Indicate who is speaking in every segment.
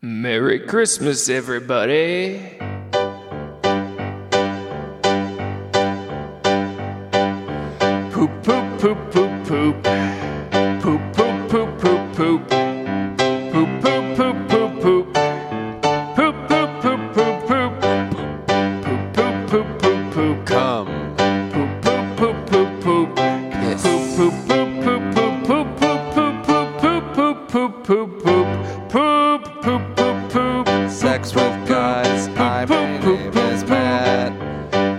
Speaker 1: Merry Christmas, everybody. Poop, poop, poop, poop, poop. Poop, poop, poop, poop, poop. Poop, poop, poop, poop, poop. Poop, poop, poop, poop, poop. Poop, poop, poop, poop, poop.
Speaker 2: Come.
Speaker 1: Poop, poop, poop, poop, poop.
Speaker 2: Piss.
Speaker 1: Poop, poop, poop, poop, poop, poop, poop, poop, poop, poop, poop, poop, poop. Poop, poop, poop, poop.
Speaker 2: Sex with guys. Hi, my name is Matt.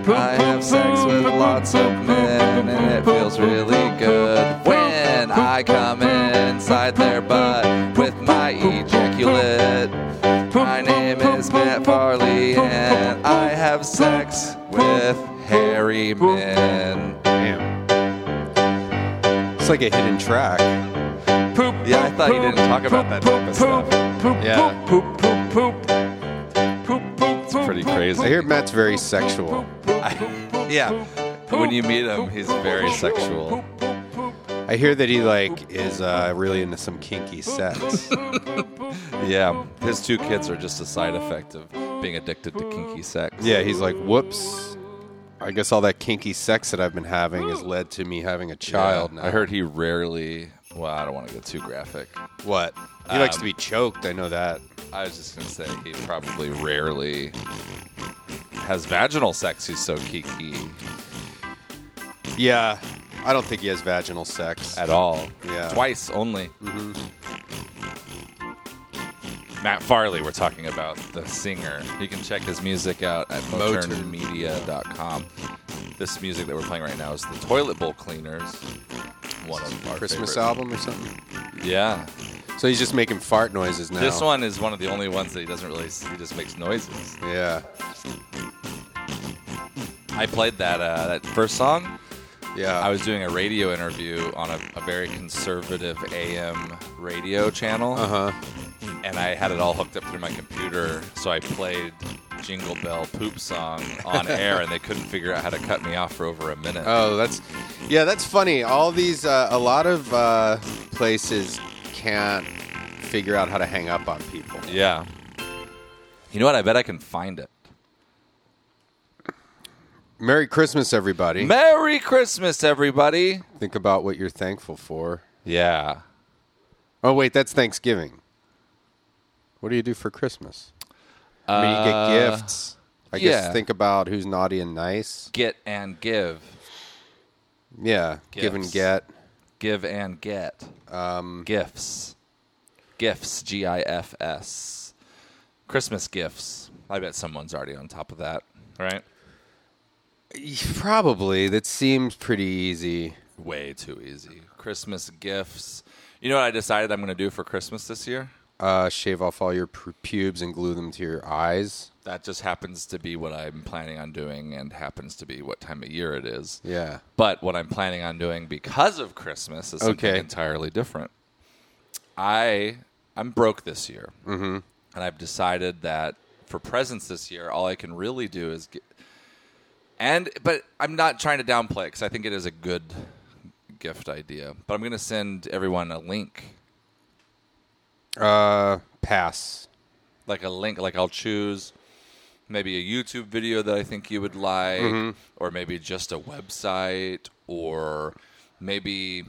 Speaker 2: I have sex with lots of men, and it feels really good when I come inside their butt with my ejaculate. My name is Matt Farley, and I have sex with hairy men.
Speaker 3: Damn. It's like a hidden track.
Speaker 1: Poop,
Speaker 2: Yeah, I thought you didn't talk about that type of stuff.
Speaker 3: Yeah.
Speaker 1: Poop, poop, poop. Poop, poop, poop.
Speaker 3: Pretty crazy. I hear Matt's very sexual.
Speaker 2: Yeah, when you meet him, he's very sexual.
Speaker 3: I hear that he like is uh, really into some kinky sex.
Speaker 2: Yeah, his two kids are just a side effect of being addicted to kinky sex.
Speaker 3: Yeah, he's like, whoops. I guess all that kinky sex that I've been having has led to me having a child.
Speaker 2: Yeah.
Speaker 3: Now.
Speaker 2: I heard he rarely. Well, I don't want to get too graphic.
Speaker 3: what? Um, He likes to be choked. I know that.
Speaker 2: I was just gonna say he probably rarely has vaginal sex. He's so kiki
Speaker 3: Yeah, I don't think he has vaginal sex.
Speaker 2: at all.
Speaker 3: Yeah. Mm-hmm.
Speaker 2: Twice only. Matt Farley, we're talking about the singer. You can check his music out at moturnmedia.com. This music that we're playing right now is the Toilet Bowl Cleaners, one of our
Speaker 3: Christmas
Speaker 2: favorite-
Speaker 3: album or something.
Speaker 2: Yeah,
Speaker 3: So he's just making fart noises now.
Speaker 2: This one is one of the only ones that he doesn't really. He just makes noises.
Speaker 3: Yeah.
Speaker 2: I played that uh, that first song.
Speaker 3: Yeah.
Speaker 2: I was doing a radio interview on a, a very conservative AM radio channel,
Speaker 3: Uh huh.
Speaker 2: and I had it all hooked up through my computer. So I played Jingle Bell Poop Song on air, and they couldn't figure out how to cut me off for over a minute.
Speaker 3: Oh, that's yeah, that's funny. All these, uh, a lot of uh, places can't figure out how to hang up on people.
Speaker 2: yeah. You know what? I bet I can find it.
Speaker 3: Merry Christmas, everybody.
Speaker 2: Merry Christmas, everybody.
Speaker 3: Think about what you're thankful for.
Speaker 2: Yeah.
Speaker 3: Oh wait, that's Thanksgiving. What do you do for Christmas? I mean, you
Speaker 2: Uh,
Speaker 3: get gifts. I
Speaker 2: yeah.
Speaker 3: guess think about who's naughty and nice.
Speaker 2: Get and give.
Speaker 3: Yeah, give and
Speaker 2: Gifts.
Speaker 3: get.
Speaker 2: give and get um, gifts gifts g-i-f-s christmas gifts i bet someone's already on top of that right
Speaker 3: Probably that seems pretty easy.
Speaker 2: way too easy christmas gifts you know what i decided i'm going to do for christmas this year
Speaker 3: Uh, shave off all your pu- pubes and glue them to your eyes.
Speaker 2: that just happens to be what i'm planning on doing and happens to be what time of year it is
Speaker 3: Yeah.
Speaker 2: But what I'm planning on doing because of Christmas is something
Speaker 3: Okay.
Speaker 2: entirely different. I I'm broke this year, mm-hmm. and I've decided that for presents this year, all I can really do is get. And but I'm not trying to downplay it because I think it is a good gift idea. But I'm going to send everyone a link,
Speaker 3: Uh, pass.
Speaker 2: like a link, like I'll choose maybe a YouTube video that I think you would like,
Speaker 3: Mm-hmm.
Speaker 2: or maybe just a website, or maybe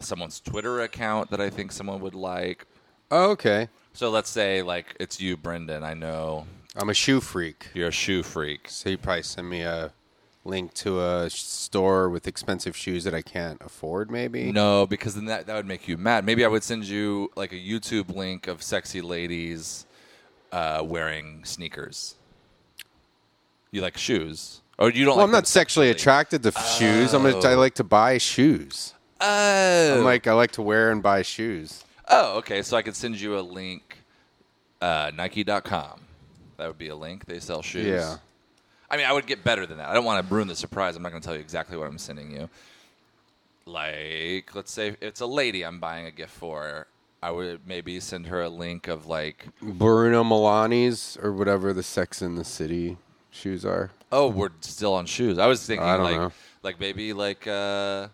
Speaker 2: someone's Twitter account that I think someone would like.
Speaker 3: Oh, okay.
Speaker 2: So let's say like it's you, Brendan. I know
Speaker 3: I'm a shoe freak.
Speaker 2: you're a shoe freak.
Speaker 3: So you probably send me a link to a sh- store with expensive shoes that I can't afford, maybe?
Speaker 2: No, because then that, that would make you mad. Maybe I would send you like a YouTube link of sexy ladies uh, wearing sneakers. You like shoes. Or you don't
Speaker 3: Well,
Speaker 2: like
Speaker 3: I'm not
Speaker 2: them
Speaker 3: sexually
Speaker 2: sexy.
Speaker 3: attracted to f shoes. I'm a, I like to buy shoes.
Speaker 2: Oh.
Speaker 3: I'm like I like to wear and buy shoes.
Speaker 2: Oh, okay. So I could send you a link, uh, Nike.com. That would be a link. They sell shoes.
Speaker 3: Yeah.
Speaker 2: I mean, I would get better than that. I don't want to ruin the surprise. I'm not going to tell you exactly what I'm sending you. Like, let's say it's a lady I'm buying a gift for. I would maybe send her a link of like,
Speaker 3: Bruno Milani's or whatever the Sex in the City shoes are.
Speaker 2: oh, we're still on shoes. I was thinking
Speaker 3: I don't
Speaker 2: like,
Speaker 3: know.
Speaker 2: like maybe like uh,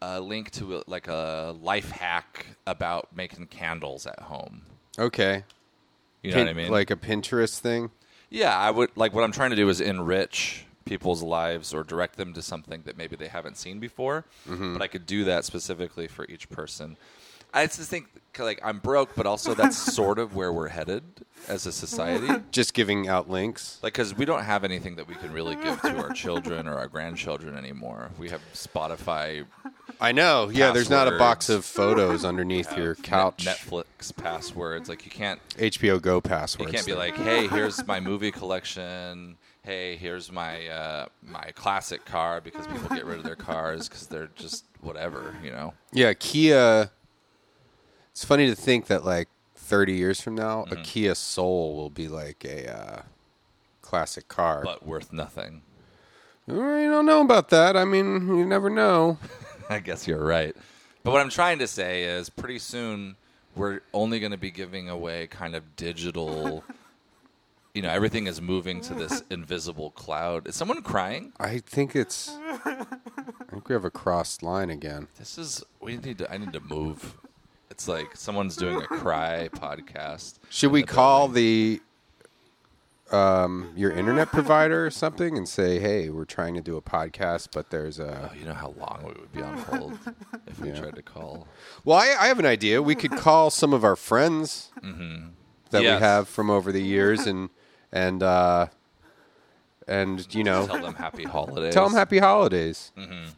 Speaker 2: a link to uh, like a life hack about making candles at home.
Speaker 3: Okay.
Speaker 2: You know
Speaker 3: Pin-
Speaker 2: what I mean?
Speaker 3: Like a Pinterest thing.
Speaker 2: yeah, I would like what I'm trying to do is enrich people's lives or direct them to something that maybe they haven't seen before. But I could do that specifically for each person. I just think like I'm broke, but also that's sort of where we're headed as a society.
Speaker 3: Just giving out links.
Speaker 2: Like, because we don't have anything that we can really give to our children or our grandchildren anymore. We have Spotify,
Speaker 3: I know. Yeah, there's not a box
Speaker 2: Passwords.
Speaker 3: of photos underneath your couch.
Speaker 2: Netflix passwords. Like, you can't
Speaker 3: HBO Go
Speaker 2: you
Speaker 3: passwords.
Speaker 2: can't be
Speaker 3: thing.
Speaker 2: like, hey, here's my movie collection. Hey, here's my uh, my classic car because people get rid of their cars because they're just whatever, you know.
Speaker 3: Yeah, Kia. It's funny to think that like 30 years from now,
Speaker 2: Mm-hmm.
Speaker 3: a Kia Soul will be like a uh, classic car.
Speaker 2: But worth nothing.
Speaker 3: Well, you don't know about that. I mean, you never know.
Speaker 2: I guess you're right. But what I'm trying to say is pretty soon we're only going to be giving away kind of digital you know, everything is moving to this invisible cloud. Is someone crying?
Speaker 3: I think it's. I think we have a crossed line again.
Speaker 2: This is we need to I need to move. It's like someone's doing a cry podcast.
Speaker 3: Should we call the um, your internet provider or something and say, "Hey, we're trying to do a podcast, but there's a."
Speaker 2: Oh, you know how long we would be on hold if we tried to call.
Speaker 3: Well, I, I have an idea. We could call some of our friends that
Speaker 2: Mm-hmm. Yes.
Speaker 3: we have from over the years and and uh, and you know
Speaker 2: Tell them happy holidays.
Speaker 3: tell them happy holidays.
Speaker 2: Mm.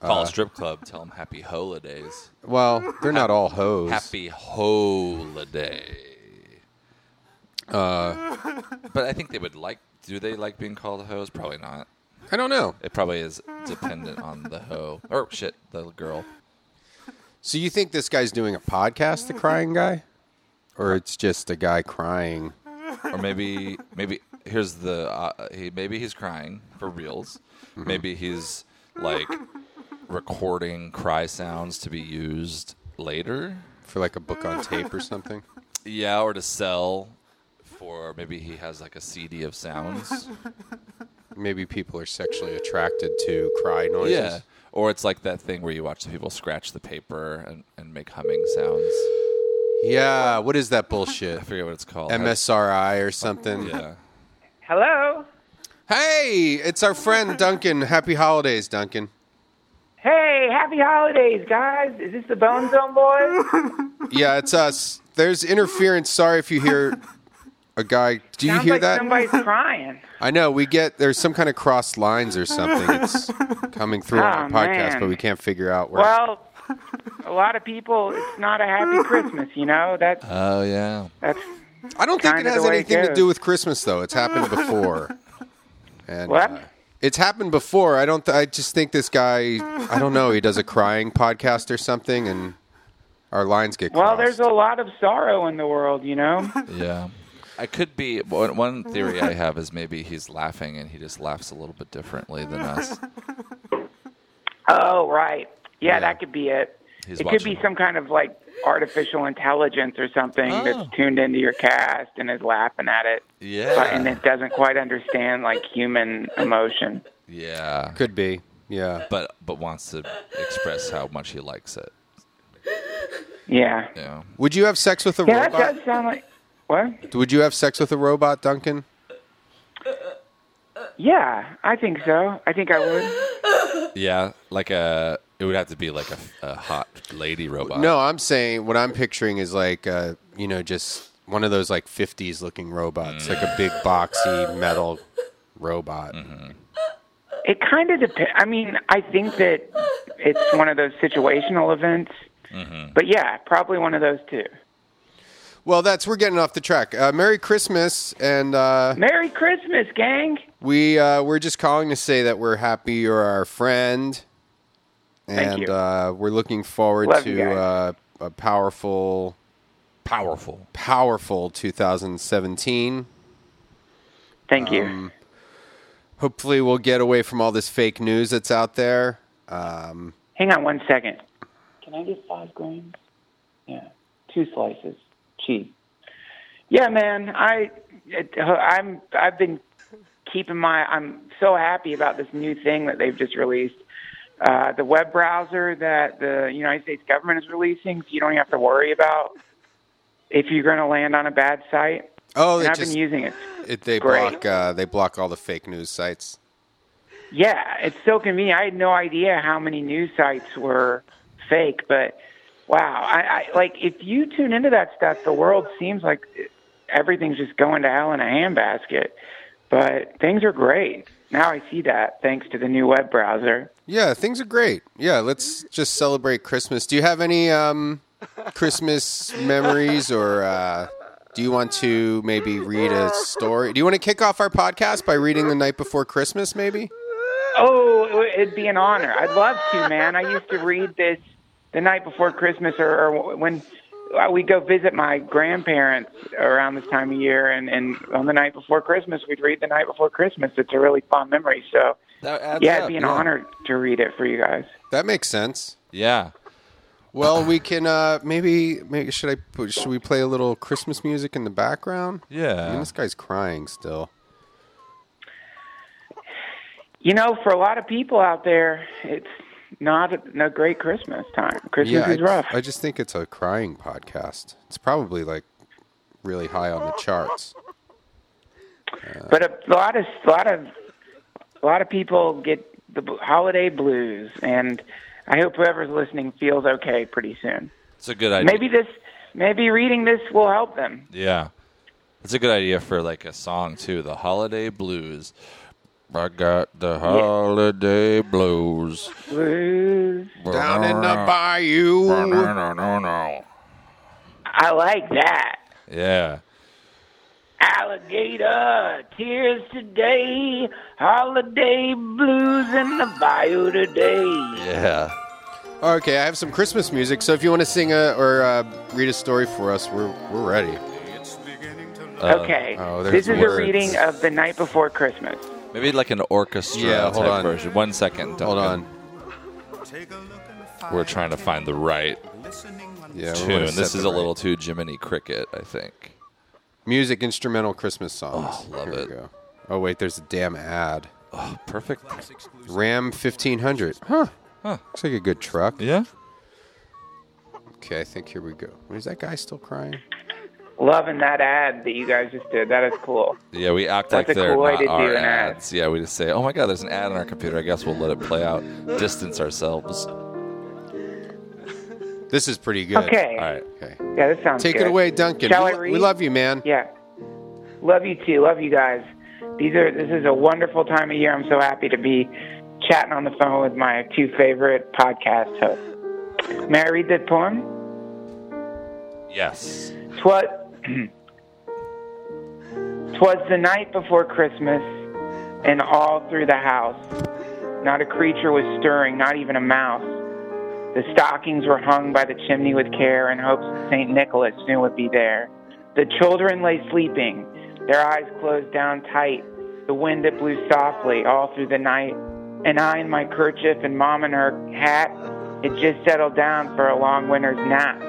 Speaker 2: Call a strip club. Tell them happy holidays.
Speaker 3: Well, they're not all hoes.
Speaker 2: Happy holiday. Uh, but I think they would like. Do they like being called hoes? Probably not.
Speaker 3: I don't know.
Speaker 2: It probably is dependent on the hoe or shit the girl.
Speaker 3: So you think this guy's doing a podcast, the crying guy, or it's just a guy crying?
Speaker 2: or maybe maybe here's the uh, he maybe he's crying for reals. Maybe he's like recording cry sounds to be used later.
Speaker 3: for like a book on tape or something.
Speaker 2: Yeah, or to sell for maybe he has like a CD of sounds.
Speaker 3: Maybe people are sexually attracted to cry noises.
Speaker 2: yeah. Or it's like that thing where you watch the people scratch the paper and, and make humming sounds.
Speaker 3: Yeah, What is that bullshit?
Speaker 2: I forget what it's called.
Speaker 3: MSRI or something.
Speaker 2: Yeah.
Speaker 4: Hello.
Speaker 3: Hey, it's our friend Duncan. Happy holidays, Duncan.
Speaker 4: Hey, happy holidays, guys. Is this the Bone Zone Boys?
Speaker 3: Yeah, it's us. There's interference. Sorry if you hear a guy. Do you
Speaker 4: Sounds
Speaker 3: hear
Speaker 4: like
Speaker 3: that?
Speaker 4: somebody's crying.
Speaker 3: I know we get there's some kind of cross lines or something. It's coming through on
Speaker 4: Oh,
Speaker 3: our podcast,
Speaker 4: man.
Speaker 3: but we can't figure out where.
Speaker 4: Well, a lot of people, it's not a happy Christmas, you know? That,
Speaker 2: Oh yeah.
Speaker 4: that's,
Speaker 3: I don't think it
Speaker 4: kinda
Speaker 3: has
Speaker 4: the way it
Speaker 3: anything to
Speaker 4: goes.
Speaker 3: do with Christmas, though. It's happened before. And,
Speaker 4: What?
Speaker 3: uh, it's happened before. I don't. Th- I just think this guy. I don't know. He does a crying podcast or something, and our lines get
Speaker 4: well,
Speaker 3: crossed.
Speaker 4: there's a lot of sorrow in the world, you know?
Speaker 2: Yeah. I could be one one theory I have is maybe he's laughing and he just laughs a little bit differently than us.
Speaker 4: Oh, right. Yeah,
Speaker 2: Yeah.
Speaker 4: that could be it.
Speaker 2: He's
Speaker 4: it could
Speaker 2: watching.
Speaker 4: be some kind of like artificial intelligence or something
Speaker 2: Oh.
Speaker 4: that's tuned into your cast and is laughing at it.
Speaker 2: Yeah.
Speaker 4: But, and it doesn't quite understand like human emotion.
Speaker 2: Yeah.
Speaker 3: could be. Yeah.
Speaker 2: But but wants to express how much he likes it.
Speaker 4: Yeah.
Speaker 2: Yeah.
Speaker 3: Would you have sex with a
Speaker 4: Yeah, that
Speaker 3: robot?
Speaker 4: does sound like. What?
Speaker 3: Would you have sex with a robot, Duncan?
Speaker 4: Yeah, I think so. I think I would.
Speaker 2: Yeah. Like a it would have to be like a, a hot lady robot.
Speaker 3: No, I'm saying what I'm picturing is like, uh, you know, just one of those like 50s looking robots, like a big boxy metal robot.
Speaker 4: It kind of depends. I mean, I think that it's one of those situational events. But yeah, probably one of those two.
Speaker 3: Well, that's we're getting off the track. Uh, Merry Christmas, and uh,
Speaker 4: Merry Christmas, gang.
Speaker 3: we uh, we're just calling to say that we're happy you're our friend, and
Speaker 4: you.
Speaker 3: Uh, we're looking forward
Speaker 4: Love you
Speaker 3: to uh,
Speaker 4: guys.
Speaker 3: a powerful,
Speaker 2: Powerful.
Speaker 3: powerful 2017.
Speaker 4: Thank you.
Speaker 3: Hopefully, we'll get away from all this fake news that's out there.
Speaker 4: Hang on one second. Can I get five grams? Yeah, two slices, cheese. Yeah, man, I, it, I'm, I've been keeping my. I'm so happy about this new thing that they've just released. Uh, the web browser that the United States government is releasing, so you don't have to worry about if you're going to land on a bad site.
Speaker 3: Oh,
Speaker 4: and
Speaker 3: they
Speaker 4: I've
Speaker 3: just
Speaker 4: been using it.
Speaker 3: it, they
Speaker 4: Great.
Speaker 3: block uh, they block all the fake news sites.
Speaker 4: Yeah, it's so convenient. I had no idea how many news sites were fake, but wow, I, I like if you tune into that stuff, the world seems like everything's just going to hell in a handbasket. But things are great now. I see that thanks to the new web browser.
Speaker 3: Yeah, things are great. Yeah, let's just celebrate Christmas. Do you have any um, Christmas memories, or uh, do you want to maybe read a story? Do you want to kick off our podcast by reading the night before Christmas? Maybe.
Speaker 4: Oh, it'd be an honor. I'd love to, man. I used to read this the night before Christmas, or, or when uh, we go visit my grandparents around this time of year, and and on the night before Christmas, we'd read the night before Christmas. It's a really fond memory. So
Speaker 2: That adds
Speaker 4: yeah,
Speaker 2: up,
Speaker 4: it'd be an
Speaker 2: yeah.
Speaker 4: honor to read it for you guys.
Speaker 3: That makes sense.
Speaker 2: Yeah.
Speaker 3: Well, we can uh, maybe maybe should I put, should we play a little Christmas music in the background? I mean,
Speaker 2: Yeah.
Speaker 3: this guy's crying still.
Speaker 4: You know, for a lot of people out there, it's not a, a great Christmas time. Christmas
Speaker 3: Yeah, I,
Speaker 4: is rough.
Speaker 3: I just think it's a crying podcast. It's probably like really high on the charts.
Speaker 4: But a lot of a lot of a lot of people get the bl- holiday blues, and I hope whoever's listening feels okay pretty soon.
Speaker 2: It's a good idea.
Speaker 4: Maybe this, maybe reading this will help them.
Speaker 2: Yeah. That's a good idea for like a song too. The holiday blues. I got the holiday blues.
Speaker 4: Blues.
Speaker 3: Down in the bayou.
Speaker 4: I like that.
Speaker 2: Yeah.
Speaker 4: Alligator, tears today, holiday blues in the bayou today.
Speaker 2: Yeah.
Speaker 3: Okay, I have some Christmas music. So if you want to sing a, or uh, read a story for us, we're we're ready.
Speaker 4: Okay,
Speaker 3: oh,
Speaker 4: this
Speaker 3: there's
Speaker 4: is
Speaker 3: words.
Speaker 4: a reading of The Night Before Christmas.
Speaker 2: Maybe like an orchestra
Speaker 3: Yeah,
Speaker 2: type
Speaker 3: hold on.
Speaker 2: version. One second.
Speaker 3: Hold
Speaker 2: Duncan.
Speaker 3: on.
Speaker 2: We're trying to find the right
Speaker 3: Yeah, we're gonna
Speaker 2: tune.
Speaker 3: set
Speaker 2: This is
Speaker 3: the
Speaker 2: a little too Jiminy Cricket, I think.
Speaker 3: right- music instrumental Christmas songs.
Speaker 2: Oh, love
Speaker 3: Here
Speaker 2: it.
Speaker 3: We go. Oh wait, there's a damn ad.
Speaker 2: Oh, perfect.
Speaker 3: Ram 1500. Huh. Looks like a good truck.
Speaker 2: Yeah.
Speaker 3: Okay, I think here we go. Is that guy still crying?
Speaker 4: Loving that ad that you guys just did. That is cool.
Speaker 2: Yeah, we act
Speaker 4: That's
Speaker 2: like
Speaker 4: a
Speaker 2: they're
Speaker 4: cool way to
Speaker 2: not
Speaker 4: do
Speaker 2: our
Speaker 4: an ad.
Speaker 2: ads. Yeah, we just say, "Oh my God, there's an ad on our computer. I guess we'll let it play out. Distance ourselves." All
Speaker 3: This is pretty good.
Speaker 4: Okay.
Speaker 2: right.
Speaker 3: Okay.
Speaker 4: Yeah, that sounds
Speaker 3: Take
Speaker 4: good.
Speaker 3: it away, Duncan.
Speaker 4: Shall
Speaker 3: we,
Speaker 4: I
Speaker 3: lo-
Speaker 4: read?
Speaker 3: we love you, man.
Speaker 4: Yeah. Love you too. Love you guys. These are this is a wonderful time of year. I'm so happy to be chatting on the phone with my two favorite podcast hosts. May I read the poem?
Speaker 2: Yes.
Speaker 4: Twas Twas the night before Christmas, and all through the house, not a creature was stirring, not even a mouse. The stockings were hung by the chimney with care in hopes that St. Nicholas soon would be there. The children lay sleeping, their eyes closed down tight, the wind that blew softly all through the night, and I in my kerchief and Mom in her hat had just settled down for a long winter's nap.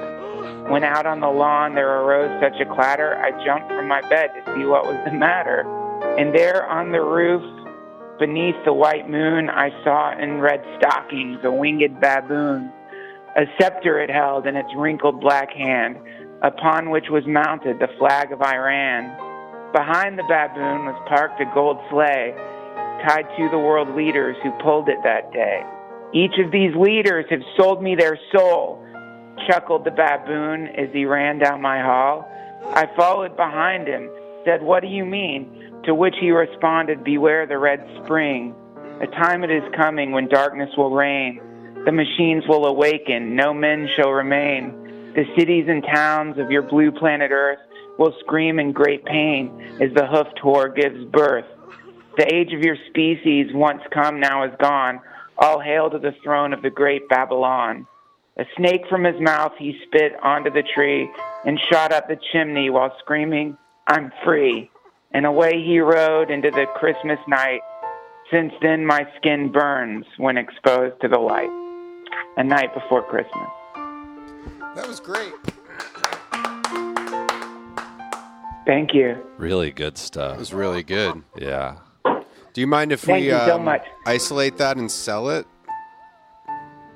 Speaker 4: When out on the lawn there arose such a clatter, I jumped from my bed to see what was the matter. And there on the roof, beneath the white moon, I saw in red stockings a winged baboon. A scepter it held in its wrinkled black hand, upon which was mounted the flag of Iran. Behind the baboon was parked a gold sleigh, tied to the world leaders who pulled it that day. Each of these leaders have sold me their soul, chuckled the baboon as he ran down my hall. I followed behind him, said, What do you mean? To which he responded, Beware the red spring. A time it is coming when darkness will reign. The machines will awaken, no men shall remain. The cities and towns of your blue planet Earth will scream in great pain as the hoofed whore gives birth. The age of your species, once come, now is gone. All hail to the throne of the great Babylon. A snake from his mouth he spit onto the tree and shot up the chimney while screaming, I'm free. And away he rode into the Christmas night. Since then, my skin burns when exposed to the light. A night before Christmas.
Speaker 3: That was great.
Speaker 4: Thank you.
Speaker 2: Really good
Speaker 3: That
Speaker 2: stuff.
Speaker 3: was really good.
Speaker 2: Yeah.
Speaker 3: Do you mind if
Speaker 4: Thank
Speaker 3: we
Speaker 4: you so
Speaker 3: um,
Speaker 4: much.
Speaker 3: isolate that and sell it?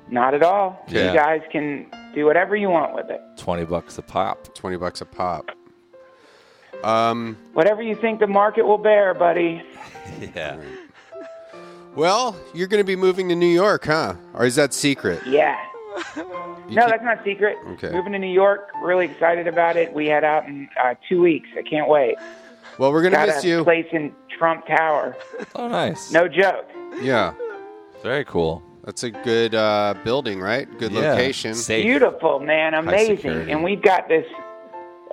Speaker 4: Not at all.
Speaker 2: Yeah.
Speaker 4: You guys can do whatever you want with it.
Speaker 2: Twenty bucks a pop.
Speaker 3: Twenty bucks a pop. Um,
Speaker 4: Whatever you think the market will bear, buddy.
Speaker 2: Yeah.
Speaker 3: well, you're going to be moving to New York, huh? Or is that secret?
Speaker 4: Yeah.
Speaker 3: You
Speaker 4: no,
Speaker 3: keep-
Speaker 4: that's not secret.
Speaker 3: Okay.
Speaker 4: Moving to New York, really excited about it. We head out in uh, two weeks. I can't wait.
Speaker 3: well, we're going to
Speaker 4: Got
Speaker 3: miss
Speaker 4: a
Speaker 3: you.
Speaker 4: place in Trump Tower.
Speaker 2: Oh, nice.
Speaker 4: No joke.
Speaker 3: Yeah.
Speaker 2: Very cool.
Speaker 3: That's a good uh, building, right? Good
Speaker 2: Yeah.
Speaker 3: location.
Speaker 2: Safe.
Speaker 4: Beautiful, man. Amazing.
Speaker 2: security.
Speaker 4: And we've got this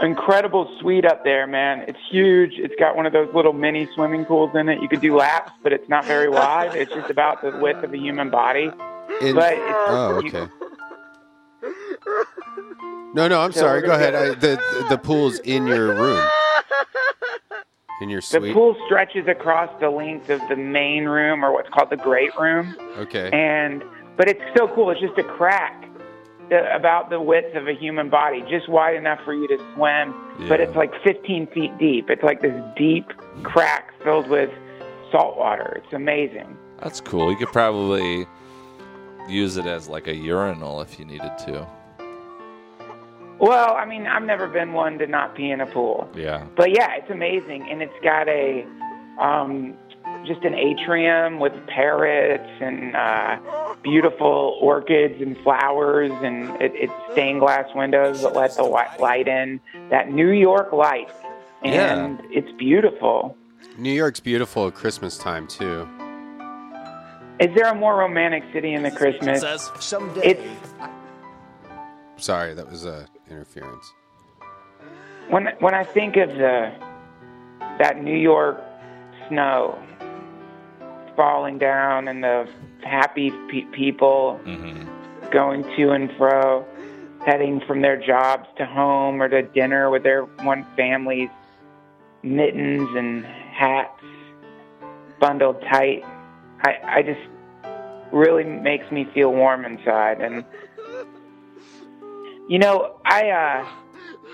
Speaker 4: incredible suite up there, man. It's huge. It's got one of those little mini swimming pools in it. You could do laps, but it's not very wide. It's just about the width of a human body.
Speaker 3: In-
Speaker 4: But it's,
Speaker 3: oh,
Speaker 4: you-
Speaker 3: okay. No, no, I'm sorry.
Speaker 4: we're gonna
Speaker 3: Go ahead.
Speaker 4: go-
Speaker 3: I, the the- the pool's in your room, in your
Speaker 4: the
Speaker 3: suite.
Speaker 4: pool stretches across the length of the main room, or what's called the great room.
Speaker 3: Okay.
Speaker 4: and but it's so cool. It's just a crack the, about the width of a human body, just wide enough for you to swim. But
Speaker 2: Yeah.
Speaker 4: it's like 15 feet deep. It's like this deep crack filled with salt water. It's amazing.
Speaker 2: That's cool. You could probably use it as like a urinal if you needed to.
Speaker 4: Well, I mean, I've never been one to not pee in a pool.
Speaker 2: Yeah.
Speaker 4: But yeah, it's amazing, and it's got a um, just an atrium with parrots and uh, beautiful orchids and flowers, and it, it's stained glass windows that let the wi- light in that New York light, and it's beautiful.
Speaker 3: New York's beautiful at Christmas time too.
Speaker 4: Is there a more romantic city in the Christmas? It's
Speaker 3: Sorry, that was uh, interference.
Speaker 4: when when I think of the that New York snow falling down and the happy pe- people going to and fro, heading from their jobs to home or to dinner with their one family's mittens and hats bundled tight. I I just really makes me feel warm inside and you know, I uh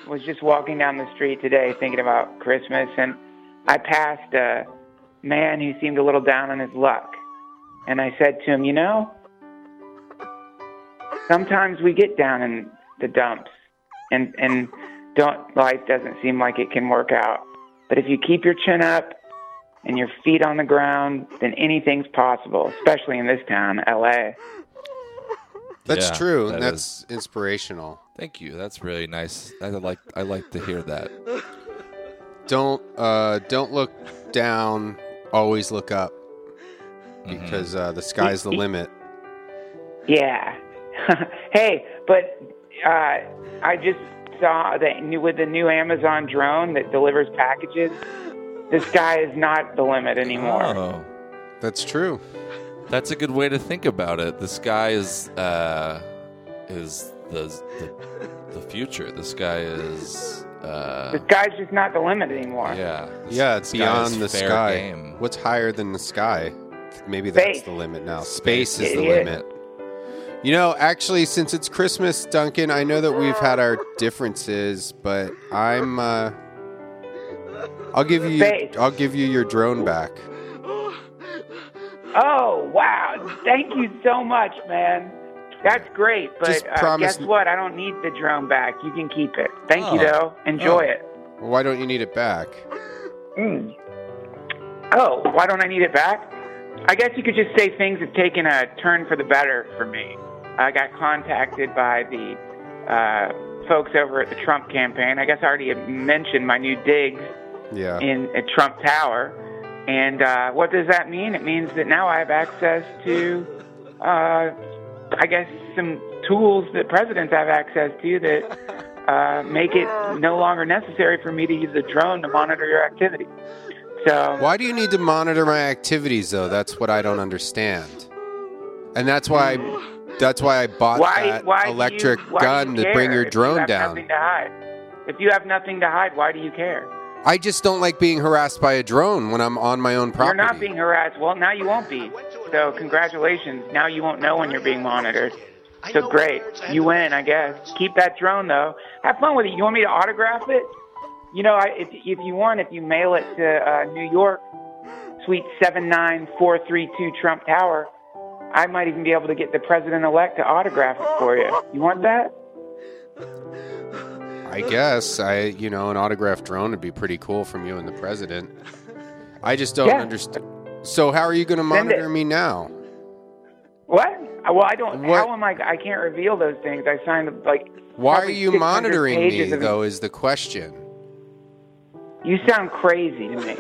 Speaker 4: was just walking down the street today thinking about Christmas, and I passed a man who seemed a little down on his luck. And I said to him, You know, sometimes we get down in the dumps, and, and don't, life doesn't seem like it can work out. But if you keep your chin up and your feet on the ground, then anything's possible, especially in this town, LA.
Speaker 3: That's
Speaker 2: Yeah,
Speaker 3: true.
Speaker 2: that
Speaker 3: and that's inspirational.
Speaker 2: Thank you. That's really nice. I like I like to hear that.
Speaker 3: Don't uh, don't look down. Always look up because uh, the sky's the limit.
Speaker 4: Yeah. hey, but uh, I just saw that new- with the new Amazon drone that delivers packages, the sky is not the limit anymore.
Speaker 2: Oh.
Speaker 3: That's true.
Speaker 2: That's a good way to think about it. The sky is uh, is the, the the future. The sky is uh,
Speaker 4: The sky's just not the limit anymore.
Speaker 2: yeah The
Speaker 3: Yeah, it's
Speaker 2: sky
Speaker 3: beyond
Speaker 2: is
Speaker 3: the
Speaker 2: fair
Speaker 3: sky.
Speaker 2: game.
Speaker 3: What's higher than the sky? Maybe that's
Speaker 4: Space.
Speaker 3: the limit now. Space is
Speaker 4: It
Speaker 3: the
Speaker 4: is.
Speaker 3: limit. You know, actually, since it's Christmas, Duncan, I know that we've had our differences, but I'm. Uh, I'll give you.
Speaker 4: Space.
Speaker 3: I'll give you your drone back.
Speaker 4: Oh, wow. Thank you so much, man. That's great,
Speaker 3: Just
Speaker 4: but uh,
Speaker 3: promise
Speaker 4: guess
Speaker 3: me-
Speaker 4: what? I don't need the drone back. You can keep it. Thank you,
Speaker 2: Oh.
Speaker 4: though. Enjoy
Speaker 2: Oh.
Speaker 4: it.
Speaker 3: Well, why don't you need it back?
Speaker 4: Mm. Oh, why don't I need it back? I guess you could just say things have taken a turn for the better for me. I got contacted by the uh, folks over at the Trump campaign. I guess I already mentioned my new digs
Speaker 3: Yeah.
Speaker 4: in at Trump Tower. And uh, what does that mean? It means that now I have access to, uh, I guess, some tools that presidents have access to that uh, make it no longer necessary for me to use a drone to monitor your activity. So
Speaker 3: Why do you need to monitor my activities, though? That's what I don't understand. And that's why. that's why I bought
Speaker 4: why
Speaker 3: that
Speaker 4: why do you-
Speaker 3: electric
Speaker 4: why do you
Speaker 3: gun to bring
Speaker 4: care
Speaker 3: your
Speaker 4: if you
Speaker 3: drone
Speaker 4: have
Speaker 3: down.
Speaker 4: Nothing to hide. If you have nothing to hide, why do you care?
Speaker 3: I just don't like being harassed by a drone when I'm on my own property.
Speaker 4: You're not being harassed. Well, now you won't be. So congratulations. Now you won't know when you're being monitored. So great. You win, I guess. Keep that drone though. Have fun with it. You want me to autograph it? You know, I, if, if you want, if you mail it to uh, New York, Suite 79432 Trump Tower, I might even be able to get the president-elect to autograph it for you. You want that?
Speaker 3: I I guess I, you know, an autographed drone would be pretty cool from you and the president. I just don't
Speaker 4: Yeah.
Speaker 3: understand. So how are you going to
Speaker 4: Send it.
Speaker 3: monitor me now?
Speaker 4: What? Uh, Well, I don't.
Speaker 3: What-
Speaker 4: How am I? I can't reveal those things. I signed like.
Speaker 3: Why are
Speaker 4: probably
Speaker 3: you
Speaker 4: 600
Speaker 3: monitoring me
Speaker 4: pages of-
Speaker 3: though? Is the question.
Speaker 4: You sound crazy to me.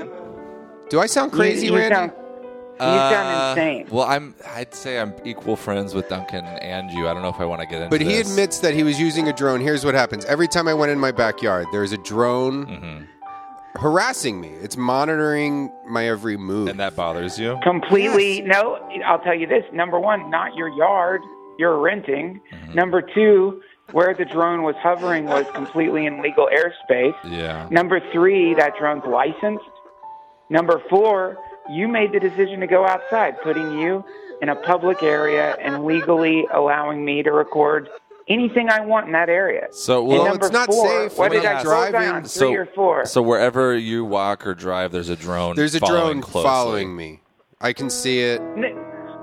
Speaker 3: Do I sound crazy,
Speaker 4: you, you
Speaker 3: Randy?
Speaker 4: Sound, you
Speaker 2: Uh,
Speaker 4: sound insane.
Speaker 2: Well, I'm. I'd say I'm equal friends with Duncan and you. I don't know if I want to get into.
Speaker 3: But he
Speaker 2: this.
Speaker 3: admits that he was using a drone. Here's what happens. Every time I went in my backyard, there's a drone harassing me. It's monitoring my every move.
Speaker 2: Mm-hmm. and that bothers you.
Speaker 4: Completely. No, I'll tell you this. Number one, not your yard. You're renting.
Speaker 3: Mm-hmm.
Speaker 4: Number two, where the drone was hovering was completely in legal airspace.
Speaker 2: Yeah.
Speaker 4: Number three, that drone's licensed. Number four, you made the decision to go outside, putting you in a public area and legally allowing me to record anything I want in that area.
Speaker 2: So
Speaker 4: And
Speaker 2: well,
Speaker 3: it's
Speaker 4: number
Speaker 3: not
Speaker 4: four,
Speaker 3: safe
Speaker 4: What
Speaker 2: when
Speaker 4: did
Speaker 2: I'm
Speaker 4: I close
Speaker 3: driving.
Speaker 4: on? Three
Speaker 2: so
Speaker 4: or four?
Speaker 2: so wherever you walk or drive, there's a drone.
Speaker 3: there's a
Speaker 2: following
Speaker 3: drone
Speaker 2: closely.
Speaker 3: following me. I can see it.
Speaker 4: N-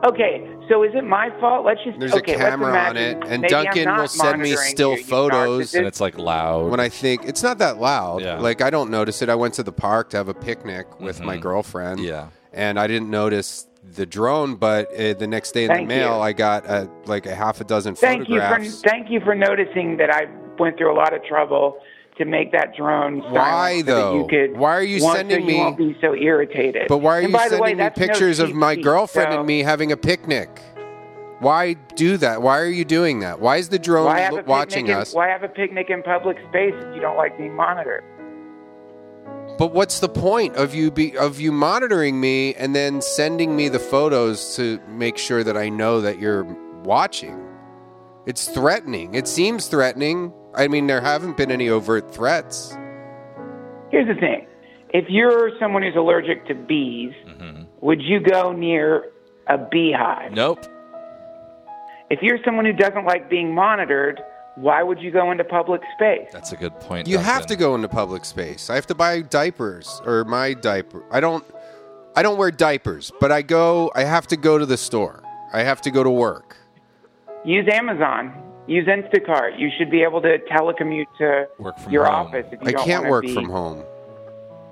Speaker 4: Okay, so is it my fault? Let's just
Speaker 3: There's a
Speaker 4: okay,
Speaker 3: camera
Speaker 4: let's
Speaker 3: on
Speaker 4: imagine-
Speaker 3: it, and
Speaker 4: maybe I'm
Speaker 3: Duncan
Speaker 4: not
Speaker 3: will send me
Speaker 4: monitoring
Speaker 3: still
Speaker 4: you, you
Speaker 3: photos.
Speaker 2: and
Speaker 4: narcissist.
Speaker 2: it's like loud.
Speaker 3: When I think it's not that loud.
Speaker 2: Yeah.
Speaker 3: Like I don't notice it. I went to the park to have a picnic with my girlfriend.
Speaker 2: Mm-hmm. Yeah.
Speaker 3: And I didn't notice the drone, but uh, the next day in
Speaker 4: Thank
Speaker 3: the mail,
Speaker 4: you.
Speaker 3: I got uh like a half a dozen
Speaker 4: Thank you for
Speaker 3: photographs.
Speaker 4: thank you for noticing that I went through a lot of trouble to make that drone.
Speaker 3: Why,
Speaker 4: silent so that
Speaker 3: though?
Speaker 4: you could,
Speaker 3: Why are you
Speaker 4: one,
Speaker 3: sending
Speaker 4: so
Speaker 3: me-
Speaker 4: You won't be so irritated.
Speaker 3: But why are
Speaker 4: And
Speaker 3: you
Speaker 4: by the
Speaker 3: sending
Speaker 4: way,
Speaker 3: me
Speaker 4: that's no
Speaker 3: pictures of
Speaker 4: cheat
Speaker 3: my
Speaker 4: sheet,
Speaker 3: girlfriend
Speaker 4: so
Speaker 3: and me having a picnic? Why do that? Why are you doing that? Why is the drone
Speaker 4: Why have
Speaker 3: lo-
Speaker 4: a
Speaker 3: watching
Speaker 4: picnic in-
Speaker 3: us?
Speaker 4: why have a picnic in public space if you don't like being monitored?
Speaker 3: But what's the point of you be of you monitoring me and then sending me the photos to make sure that I know that you're watching? It's threatening. It seems threatening. I mean, there haven't been any overt threats.
Speaker 4: Here's the thing: if you're someone who's allergic to bees,
Speaker 3: Mm-hmm.
Speaker 4: would you go near a beehive?
Speaker 2: nope.
Speaker 4: If you're someone who doesn't like being monitored, why would you go into public space?
Speaker 2: That's a good point.
Speaker 3: You have to
Speaker 2: Duncan.
Speaker 3: go into public space. I have to buy diapers or my diaper. I don't I don't wear diapers, but I go I have to go to the store. I have to go to work.
Speaker 4: Use Amazon. Use Instacart. You should be able to telecommute to
Speaker 2: Work from
Speaker 4: your
Speaker 2: home.
Speaker 4: office if you
Speaker 3: I
Speaker 4: don't
Speaker 3: can't
Speaker 4: wanna
Speaker 3: work
Speaker 4: be-
Speaker 3: from home.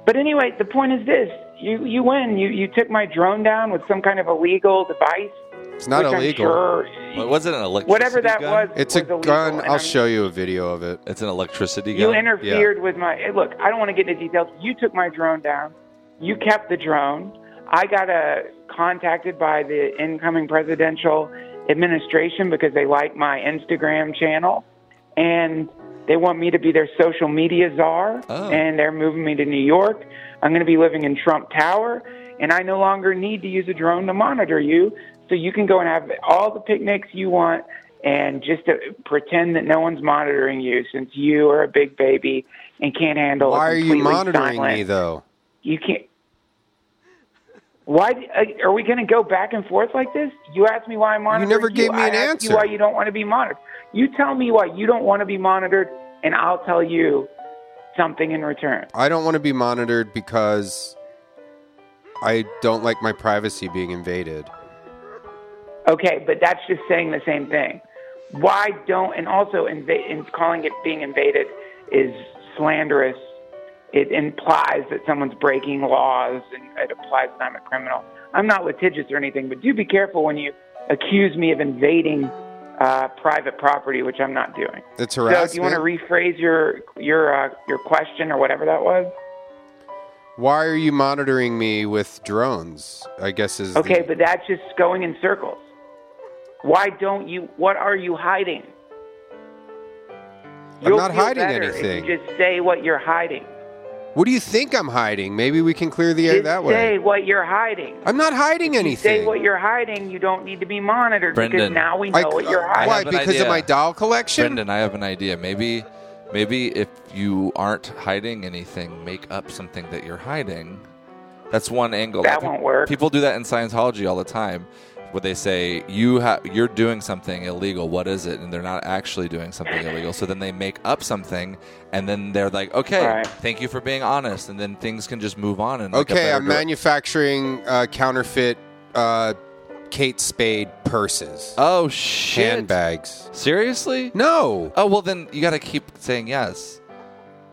Speaker 4: But anyway, the point is this: you you win. You you took my drone down with some kind of illegal device.
Speaker 3: It's not
Speaker 4: which I'm
Speaker 3: illegal.
Speaker 4: sure-
Speaker 2: What was it? An electricity
Speaker 4: whatever that was.
Speaker 2: gun?
Speaker 3: It's a
Speaker 4: was illegal,
Speaker 3: gun.
Speaker 4: and
Speaker 3: I'll
Speaker 4: I'm-
Speaker 3: show you a video of it.
Speaker 2: It's an electricity gun.
Speaker 4: You interfered with my. hey, Look, I don't want to get into details. You took my drone down. You kept the drone. I got uh, contacted by the incoming presidential administration because they like my Instagram channel, and they want me to be their social media czar.
Speaker 2: Oh.
Speaker 4: And they're moving me to New York. I'm going to be living in Trump Tower, and I no longer need to use a drone to monitor you. So you can go and have all the picnics you want and just to pretend that no one's monitoring you since you are a big baby and can't handle
Speaker 3: Why
Speaker 4: a
Speaker 3: are you
Speaker 4: completely
Speaker 3: monitoring
Speaker 4: silent-
Speaker 3: me though?
Speaker 4: You can't. Why uh, are we going to go back and forth like this? You asked me why I'm monitored.
Speaker 3: never gave me
Speaker 4: I
Speaker 3: an
Speaker 4: asked You
Speaker 3: answer.
Speaker 4: why you don't want to be monitored? You tell me why you don't want to be monitored, and I'll tell you something in return.
Speaker 3: I don't want to be monitored because I don't like my privacy being invaded.
Speaker 4: Okay, but that's just saying the same thing. Why don't and also inva- in calling it being invaded is slanderous. It implies that someone's breaking laws and it implies that I'm a criminal. I'm not litigious or anything, but do be careful when you accuse me of invading uh, private property, which I'm not doing.
Speaker 3: It's
Speaker 4: So,
Speaker 3: harassment.
Speaker 4: do you want to rephrase your your uh, your question or whatever that was?
Speaker 3: Why are you monitoring me with drones? I guess is the-
Speaker 4: Okay, but that's just going in circles. Why don't you? What are you hiding? You'll
Speaker 3: not
Speaker 4: feel
Speaker 3: hiding
Speaker 4: better if you
Speaker 3: anything.
Speaker 4: just say what you're hiding.
Speaker 3: What do you think I'm hiding? Maybe we can clear the air
Speaker 4: just
Speaker 3: that
Speaker 4: say
Speaker 3: way.
Speaker 4: what you're hiding.
Speaker 3: I'm not hiding anything.
Speaker 4: Say what you're hiding. You don't need to be monitored because
Speaker 2: Brendan.
Speaker 4: now we know
Speaker 3: I-
Speaker 4: what you're
Speaker 3: uh,
Speaker 4: hiding.
Speaker 3: why?
Speaker 2: have an
Speaker 3: Because
Speaker 2: idea.
Speaker 3: of my doll collection?
Speaker 2: Brendan, I have an idea. Maybe, maybe if you aren't hiding anything, make up something that you're hiding. That's one angle.
Speaker 4: That
Speaker 2: Pe-
Speaker 4: won't work.
Speaker 2: People do that in Scientology all the time, where they say you ha- you're doing something illegal. What is it? And they're not actually doing something illegal. So then they make up something, and then they're like, okay,
Speaker 4: Right.
Speaker 2: thank you for being honest, and then things can just move on. And
Speaker 3: okay, I'm manufacturing uh, counterfeit uh, Kate Spade purses,
Speaker 2: Oh shit!
Speaker 3: handbags.
Speaker 2: Seriously?
Speaker 3: No.
Speaker 2: Oh well, then you got to keep saying yes.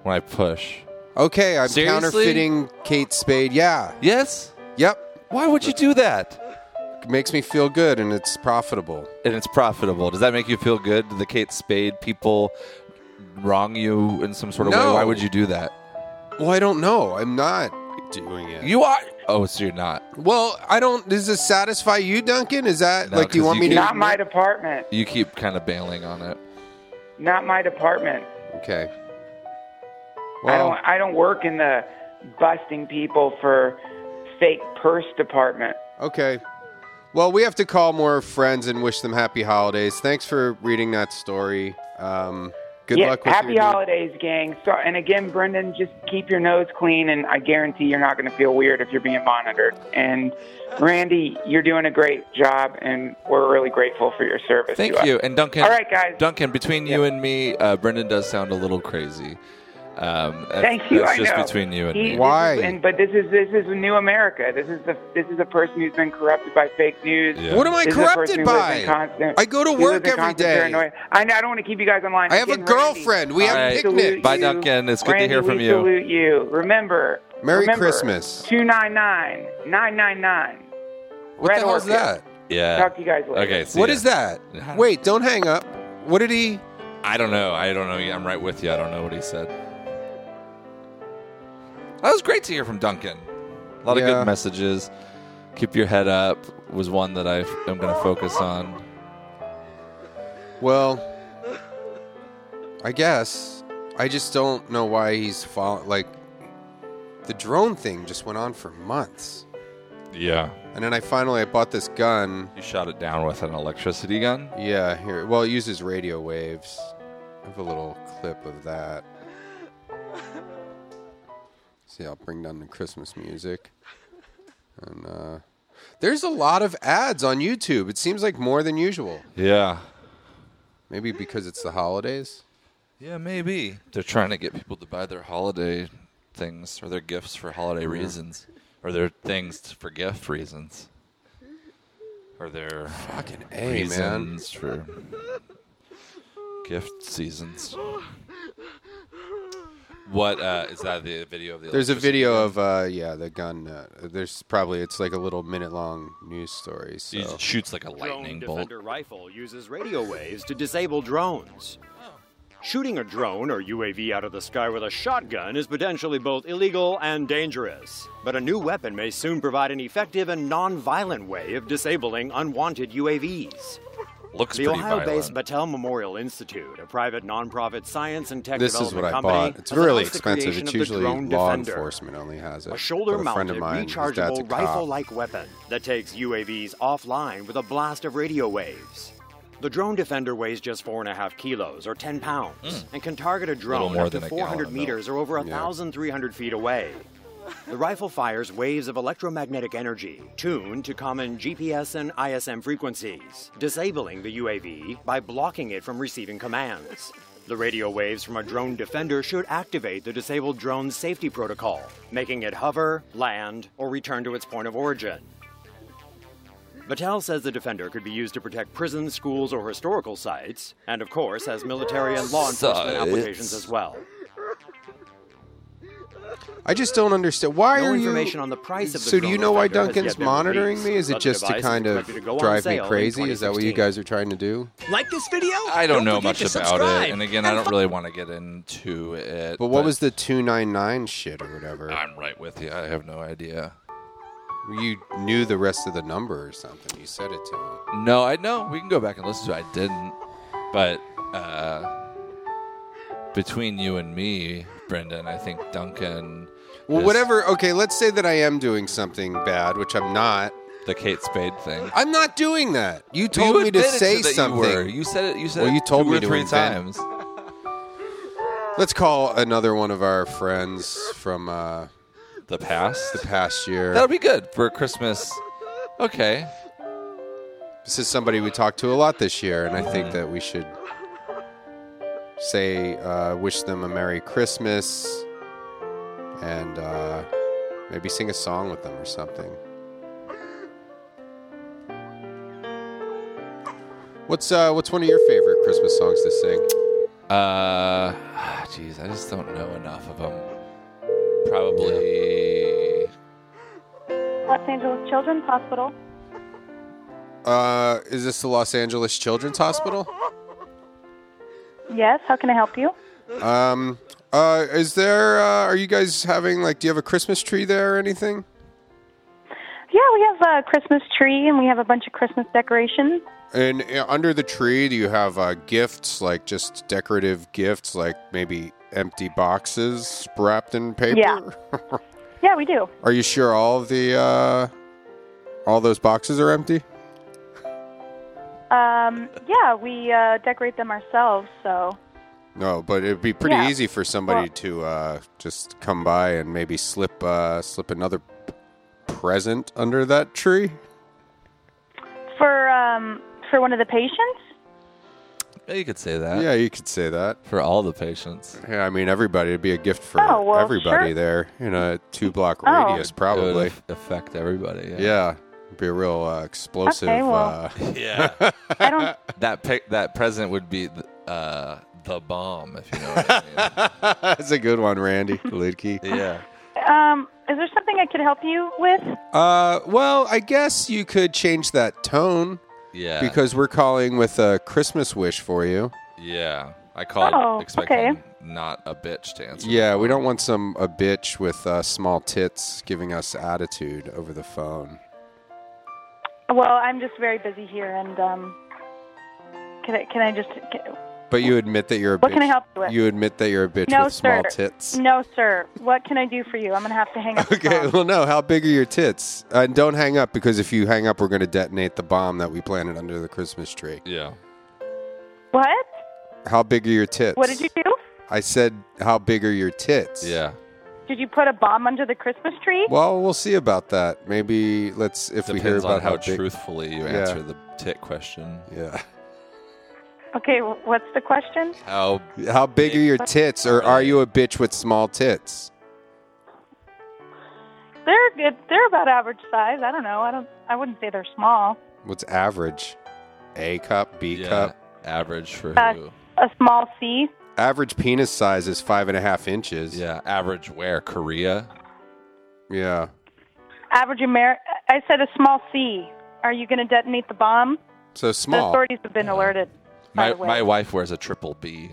Speaker 2: when I push.
Speaker 3: Okay, I'm
Speaker 2: Seriously?
Speaker 3: counterfeiting Kate Spade. Yeah.
Speaker 2: Yes?
Speaker 3: Yep.
Speaker 2: Why would you do that?
Speaker 3: Makes me feel good and it's profitable.
Speaker 2: And it's profitable. Does that make you feel good? Did the Kate Spade people wrong you in some sort of way?
Speaker 3: No.
Speaker 2: Why would you do that?
Speaker 3: Well, I don't know. I'm not doing it.
Speaker 2: You are. Oh, so you're not.
Speaker 3: well, I don't. Does this satisfy you, Duncan? Is that
Speaker 2: No,
Speaker 3: like? Do you
Speaker 2: 'cause
Speaker 3: want
Speaker 2: you
Speaker 3: me
Speaker 2: can-
Speaker 3: to?
Speaker 4: Not my department.
Speaker 2: You keep kind of bailing on it.
Speaker 4: Not my department.
Speaker 3: Okay.
Speaker 4: I
Speaker 3: Well,
Speaker 4: don't. I don't work in the busting people for fake purse department.
Speaker 3: okay. Well, we have to call more friends and wish them happy holidays. Thanks for reading that story. Um, good
Speaker 4: yeah,
Speaker 3: luck with
Speaker 4: happy
Speaker 3: your new-
Speaker 4: holidays, gang. So, and again, Brendan, just keep your nose clean, and I guarantee you're not going to feel weird if you're being monitored. And Randy, you're doing a great job, and we're really grateful for your service.
Speaker 2: Thank
Speaker 4: to us.
Speaker 2: you. And Duncan.
Speaker 4: All right, guys.
Speaker 2: Duncan, between you and me, uh, Brendan does sound a little crazy. Um, that's-
Speaker 4: Thank you.
Speaker 2: That's
Speaker 4: I
Speaker 2: just
Speaker 4: know.
Speaker 2: between you and
Speaker 4: He-
Speaker 2: me.
Speaker 4: this
Speaker 3: Why?
Speaker 4: is- and, but this is this is new America. This is the this is a person who's been corrupted by fake news.
Speaker 2: Yeah.
Speaker 3: What am I
Speaker 4: This is a person
Speaker 3: corrupted
Speaker 4: who lives
Speaker 3: by?
Speaker 4: in constant-
Speaker 3: I go to
Speaker 4: who lives
Speaker 3: work
Speaker 4: in
Speaker 3: every
Speaker 4: constant
Speaker 3: day.
Speaker 4: paranoia. I, know, I don't want to keep you guys online.
Speaker 3: I have a
Speaker 4: Again, Randy,
Speaker 3: girlfriend. We
Speaker 2: All
Speaker 3: have
Speaker 2: right.
Speaker 3: picnics.
Speaker 4: salute
Speaker 2: Bye,
Speaker 4: you.
Speaker 2: Duncan. It's good to
Speaker 4: Randy,
Speaker 2: hear from
Speaker 4: we
Speaker 2: you.
Speaker 4: Salute you. Remember.
Speaker 3: Merry
Speaker 4: remember,
Speaker 3: Christmas.
Speaker 4: 299 999.
Speaker 3: What
Speaker 4: Red
Speaker 3: the hell is
Speaker 4: Orchid.
Speaker 3: that?
Speaker 2: Yeah.
Speaker 4: Talk to you guys later.
Speaker 2: Okay. See
Speaker 3: What
Speaker 2: ya.
Speaker 3: is that? Wait, don't hang up. What did he?
Speaker 2: I don't know. I don't know. I'm right with you. I don't know what he said. That was great to hear from Duncan. A lot of
Speaker 3: Yeah.
Speaker 2: good messages. Keep your head up was one that I am going to focus on.
Speaker 3: Well, I guess I just don't know why he's following. Like the drone thing just went on for months,
Speaker 2: Yeah.
Speaker 3: and then I finally I bought this gun.
Speaker 2: You shot it down with an electricity gun.
Speaker 3: Yeah, here. Well, it uses radio waves. I have a little clip of that. See, I'll bring down the Christmas music. And uh, there's a lot of ads on YouTube. It seems like more than usual.
Speaker 2: Yeah.
Speaker 3: Maybe because it's the holidays.
Speaker 2: Yeah, maybe. They're trying to get people to buy their holiday things or their gifts for holiday reasons or their things for gift reasons or their
Speaker 3: Fucking A, man.
Speaker 2: reasons for gift seasons. What uh, is that? The video of the
Speaker 3: There's a
Speaker 2: electricity
Speaker 3: video
Speaker 2: gun?
Speaker 3: of uh, yeah, the gun. Uh, there's probably it's like a little minute long news story.
Speaker 2: He
Speaker 3: So
Speaker 2: shoots like a
Speaker 5: drone
Speaker 2: lightning bolt.
Speaker 5: defender rifle uses radio waves to disable drones. Shooting a drone or UAV out of the sky with a shotgun is potentially both illegal and dangerous. But a new weapon may soon provide an effective and non-violent way of disabling unwanted UAVs.
Speaker 2: Looks
Speaker 5: The
Speaker 2: pretty
Speaker 5: Ohio-based
Speaker 2: violent.
Speaker 5: Battelle Memorial Institute, a private nonprofit science and tech
Speaker 3: this is
Speaker 5: development
Speaker 3: what I
Speaker 5: company,
Speaker 3: bought. It's
Speaker 5: has
Speaker 3: really
Speaker 5: announced the
Speaker 3: expensive.
Speaker 5: creation
Speaker 3: It's
Speaker 5: of the
Speaker 3: usually
Speaker 5: Drone
Speaker 3: law
Speaker 5: Defender.
Speaker 3: enforcement only has
Speaker 5: A
Speaker 3: it. But a friend
Speaker 5: shoulder-mounted,
Speaker 3: of mine, his dad's a
Speaker 5: rechargeable
Speaker 3: cop.
Speaker 5: rifle-like weapon that takes UAVs offline with a blast of radio waves. The drone defender weighs just four and a half kilos or 10 pounds and can target a drone
Speaker 2: Hmm. more
Speaker 5: up to
Speaker 2: than a gallon
Speaker 5: 400
Speaker 2: of milk.
Speaker 5: meters or over 1,300 feet away. The rifle fires waves of electromagnetic energy tuned to common GPS and ISM frequencies, disabling the UAV by blocking it from receiving commands. The radio waves from a drone defender should activate the disabled drone's safety protocol, making it hover, land, or return to its point of origin. Battelle says the defender could be used to protect prisons, schools, or historical sites, and of course has military and law enforcement
Speaker 2: Sites.
Speaker 5: applications as well.
Speaker 3: I just don't understand. Why
Speaker 5: No
Speaker 3: are you?
Speaker 5: information on the price of the
Speaker 3: so do you
Speaker 5: drone
Speaker 3: know why
Speaker 5: defender has
Speaker 3: Duncan's
Speaker 5: yet been
Speaker 3: monitoring
Speaker 5: released,
Speaker 3: me? Is
Speaker 5: but
Speaker 3: it
Speaker 5: the
Speaker 3: just to
Speaker 5: device is
Speaker 3: kind of
Speaker 5: expected to go on
Speaker 3: drive me
Speaker 5: sale in
Speaker 3: crazy? Is that what you
Speaker 5: 2016?
Speaker 3: guys are trying to do?
Speaker 6: Like this video?
Speaker 2: I don't, know
Speaker 6: forget
Speaker 2: much
Speaker 6: to
Speaker 2: about
Speaker 6: subscribe.
Speaker 2: it, and again, I don't really want to get into it.
Speaker 3: But what was the two nine nine shit or whatever?
Speaker 2: I'm right with you. I have no idea.
Speaker 3: You knew the rest of the number or something. You said it to him.
Speaker 2: No, I know. We can go back and listen to it. I didn't. But uh, between you and me, Brendan, I think Duncan.
Speaker 3: Well,
Speaker 2: is
Speaker 3: whatever. Okay, let's say that I am doing something bad, which I'm not.
Speaker 2: The Kate Spade thing.
Speaker 3: I'm not doing that. You told
Speaker 2: You
Speaker 3: me to
Speaker 2: admitted
Speaker 3: say
Speaker 2: that
Speaker 3: something.
Speaker 2: You, were. you said it. You said
Speaker 3: Well,
Speaker 2: it
Speaker 3: you told
Speaker 2: two
Speaker 3: me
Speaker 2: or
Speaker 3: to
Speaker 2: three
Speaker 3: invent-
Speaker 2: times.
Speaker 3: Let's call another one of our friends from uh,
Speaker 2: The past.
Speaker 3: the past year.
Speaker 2: That'll be good for Christmas. Okay.
Speaker 3: this is somebody we talked to a lot this year, and I think that we should say uh, wish them a Merry Christmas and uh, maybe sing a song with them or something. What's uh, what's one of your favorite Christmas songs to sing?
Speaker 2: Uh, jeez, I just don't know enough of them. Probably.
Speaker 6: Los Angeles Children's Hospital.
Speaker 3: Uh, is this the Los Angeles Children's Hospital?
Speaker 6: Yes, how can I help you?
Speaker 3: Um, uh, is there? Uh, are you guys having like? Do you have a Christmas tree there or anything?
Speaker 6: Yeah, we have a Christmas tree and we have a bunch of Christmas decorations.
Speaker 3: And uh, under the tree, do you have uh, gifts like just decorative gifts, like maybe empty boxes wrapped in paper?
Speaker 6: Yeah. Yeah, we do.
Speaker 3: Are you sure all the uh, all those boxes are empty?
Speaker 6: Um, yeah, we uh, decorate them ourselves, so
Speaker 3: No, but it'd be pretty
Speaker 6: Yeah.
Speaker 3: easy for somebody
Speaker 6: Well-
Speaker 3: to uh, just come by and maybe slip uh, slip another p- present under that tree.
Speaker 6: for um, for one of the patients.
Speaker 2: Yeah, you could say that.
Speaker 3: Yeah, you could say that.
Speaker 2: For all the patients.
Speaker 3: Yeah, I mean everybody. It'd be a gift for
Speaker 6: Oh, well,
Speaker 3: everybody
Speaker 6: sure.
Speaker 3: there in a two block
Speaker 6: Oh.
Speaker 3: radius,
Speaker 2: It would
Speaker 3: probably.
Speaker 2: aff- affect everybody.
Speaker 3: Yeah. it'd be a real uh, explosive.
Speaker 6: well.
Speaker 3: uh,
Speaker 2: Yeah.
Speaker 6: I don't.
Speaker 2: that pic, that present would be th- uh, the bomb, if you know what I
Speaker 3: that's a good one, Randy Lidke.
Speaker 2: mean. yeah.
Speaker 6: Um, is there something I could help you with?
Speaker 3: Uh, well, I guess you could change that tone
Speaker 2: Yeah.
Speaker 3: because we're calling with a Christmas wish for you.
Speaker 2: Yeah. I called
Speaker 6: Oh,
Speaker 2: expecting
Speaker 6: okay.
Speaker 2: not a bitch to answer.
Speaker 3: Yeah, we don't want some a bitch with uh, small tits giving us attitude over the phone.
Speaker 6: Well, I'm just very busy here, and um, can I can I just? Can,
Speaker 3: But you admit that you're a bitch.
Speaker 6: What can I help you with?
Speaker 3: admit that you're a bitch
Speaker 6: no,
Speaker 3: with
Speaker 6: sir. Mm,
Speaker 3: small tits.
Speaker 6: No, sir. What can I do for you? I'm gonna have to hang up. the
Speaker 3: Okay,
Speaker 6: phone.
Speaker 3: well, no. How big are your tits? And don't hang up because if you hang up, we're going to detonate the bomb that we planted under the Christmas tree.
Speaker 2: Yeah.
Speaker 6: What?
Speaker 3: How big are your tits?
Speaker 6: What did you do?
Speaker 3: I said, how big are your tits?
Speaker 2: Yeah.
Speaker 6: Did you put a bomb under the Christmas tree?
Speaker 3: Well, we'll see about that. Maybe let's if we hear
Speaker 2: Depends
Speaker 3: about
Speaker 2: on how,
Speaker 3: big-
Speaker 2: truthfully you
Speaker 3: Yeah.
Speaker 2: answer the tit question.
Speaker 3: Yeah.
Speaker 6: Okay, wh- what's the question?
Speaker 2: How
Speaker 3: How big are your tits, or are you a bitch with small tits?
Speaker 6: They're good. They're about average size. I don't know. I don't. I wouldn't say they're small.
Speaker 3: What's average? A cup, B
Speaker 2: yeah,
Speaker 3: cup.
Speaker 2: average for
Speaker 6: Uh,
Speaker 2: who?
Speaker 6: A small C.
Speaker 3: Average penis size is five and a half inches.
Speaker 2: Yeah, average where? Korea?
Speaker 3: Yeah.
Speaker 6: Average Amer. I said a small C. Are you going to detonate the bomb?
Speaker 3: So
Speaker 6: The
Speaker 3: small.
Speaker 6: authorities have been alerted.
Speaker 2: My
Speaker 6: by the way.
Speaker 2: my wife wears a triple B.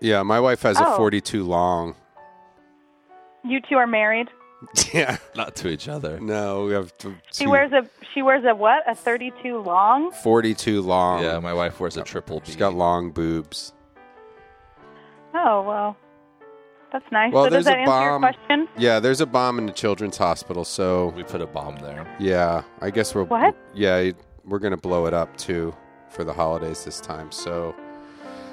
Speaker 3: yeah, my wife has a
Speaker 6: Oh.
Speaker 3: 42 long.
Speaker 6: You two are married.
Speaker 3: Yeah.
Speaker 2: Not to each other.
Speaker 3: No, we have t-
Speaker 6: She
Speaker 3: two-
Speaker 6: wears a she wears a what? A thirty-two long.
Speaker 3: 42 long.
Speaker 2: yeah, my wife wears a triple B.
Speaker 3: She's got long boobs.
Speaker 6: Oh well, that's nice.
Speaker 3: Well,
Speaker 6: so does
Speaker 3: there's a
Speaker 6: that answer your
Speaker 3: bomb.
Speaker 6: question?
Speaker 3: Yeah, there's a bomb in the children's hospital, so
Speaker 2: we put a bomb there.
Speaker 3: yeah, I guess we're
Speaker 6: What?
Speaker 3: Yeah, we're going to blow it up too for the holidays this time. So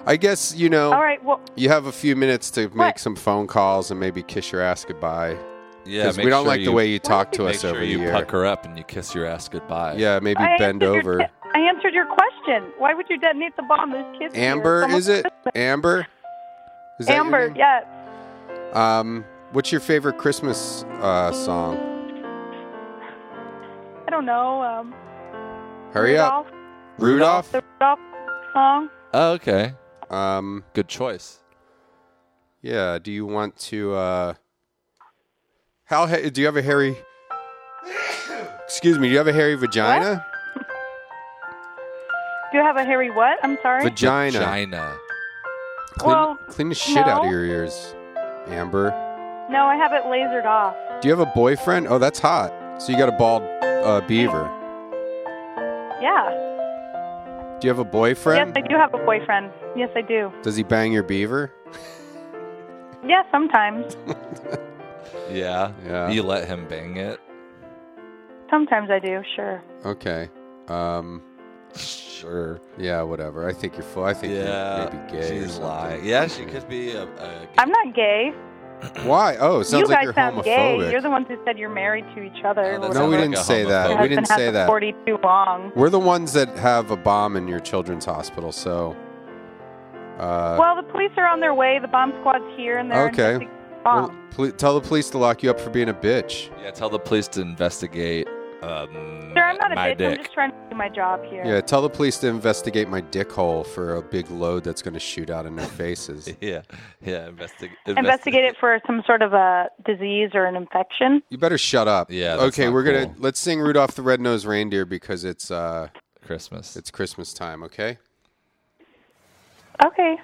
Speaker 3: I guess, you know,
Speaker 6: All right. Well,
Speaker 3: you have a few minutes to make
Speaker 6: What?
Speaker 3: some phone calls and maybe kiss your ass goodbye
Speaker 2: Yeah,
Speaker 3: because
Speaker 2: make
Speaker 3: we don't
Speaker 2: sure
Speaker 3: like
Speaker 2: you,
Speaker 3: the way you talk to
Speaker 2: make
Speaker 3: us
Speaker 2: sure
Speaker 3: over
Speaker 2: you
Speaker 3: the year.
Speaker 2: pucker up and you kiss your ass goodbye.
Speaker 3: Yeah, maybe
Speaker 6: I
Speaker 3: bend
Speaker 6: answered your
Speaker 3: over.
Speaker 6: que- I answered your question. Why would you detonate the bomb? There's kids. here.
Speaker 3: Amber,
Speaker 6: Someone-
Speaker 3: is it? Amber? Is that your
Speaker 6: Amber,
Speaker 3: name?
Speaker 6: yes.
Speaker 3: Um, what's your favorite Christmas uh, song?
Speaker 6: I don't know. Um,
Speaker 3: Hurry up. Rudolph.
Speaker 6: Rudolph, The Rudolph song.
Speaker 2: Oh, okay.
Speaker 3: Um,
Speaker 2: Good choice.
Speaker 3: yeah. Do you want to? Uh, how ha- do you have a hairy? Excuse me. Do you have a hairy vagina?
Speaker 6: Do you have a hairy what? I'm sorry.
Speaker 3: Vagina.
Speaker 2: China.
Speaker 3: Clean,
Speaker 6: Well,
Speaker 3: clean the shit out of
Speaker 6: no.
Speaker 3: your ears, Amber.
Speaker 6: No, I have it lasered off.
Speaker 3: Do you have a boyfriend? Oh, that's hot. So you got a bald uh, beaver.
Speaker 6: Yeah.
Speaker 3: Do you have a
Speaker 6: Yes,
Speaker 3: boyfriend?
Speaker 6: I do have a boyfriend. Yes, I do.
Speaker 3: Does he bang your beaver?
Speaker 6: Yeah, sometimes.
Speaker 2: Yeah.
Speaker 3: Yeah.
Speaker 2: You let him bang it.
Speaker 6: Sometimes I do, sure.
Speaker 3: Okay. Um.
Speaker 2: Sure.
Speaker 3: Yeah. Whatever. I think you're full. I think
Speaker 2: Yeah.
Speaker 3: you're maybe gay. or
Speaker 2: She's
Speaker 3: something.
Speaker 2: lying. Yeah, she could be a. a
Speaker 6: I'm not gay.
Speaker 3: Why? Oh, sounds
Speaker 6: you
Speaker 3: like
Speaker 6: guys
Speaker 3: you're
Speaker 6: sound
Speaker 3: homophobic.
Speaker 6: gay. You're the ones who said you're married to each other.
Speaker 2: Oh,
Speaker 6: or
Speaker 2: that's
Speaker 3: no,
Speaker 6: whatever.
Speaker 3: we
Speaker 2: Sounds like
Speaker 3: didn't
Speaker 2: a
Speaker 3: say that.
Speaker 6: Your
Speaker 2: homophobe.
Speaker 3: We
Speaker 6: husband
Speaker 3: didn't
Speaker 6: has
Speaker 3: say
Speaker 6: a
Speaker 3: that.
Speaker 6: 42 long.
Speaker 3: We're the ones that have a bomb in your children's hospital, so. Uh,
Speaker 6: well, the police are on their way. The bomb squad's here, and they're
Speaker 3: Okay.
Speaker 6: investigating the bomb.
Speaker 3: well, pl- tell the police to lock you up for being a bitch.
Speaker 2: yeah, tell the police to investigate um,
Speaker 6: Sir, I'm not a
Speaker 2: my
Speaker 6: bitch.
Speaker 2: dick.
Speaker 6: I'm just trying to do my job here.
Speaker 7: Yeah, tell the police to investigate my dick hole for a big load that's going to shoot out in their faces.
Speaker 2: yeah, yeah. Investig-
Speaker 6: Investigate it for some sort of a disease or an infection.
Speaker 7: You better shut up.
Speaker 2: Yeah, that's
Speaker 7: okay,
Speaker 2: not
Speaker 7: we're gonna
Speaker 2: cool.
Speaker 7: let's sing Rudolph the Red-Nosed Reindeer because it's uh
Speaker 2: Christmas.
Speaker 7: it's Christmas time. Okay.
Speaker 6: Okay.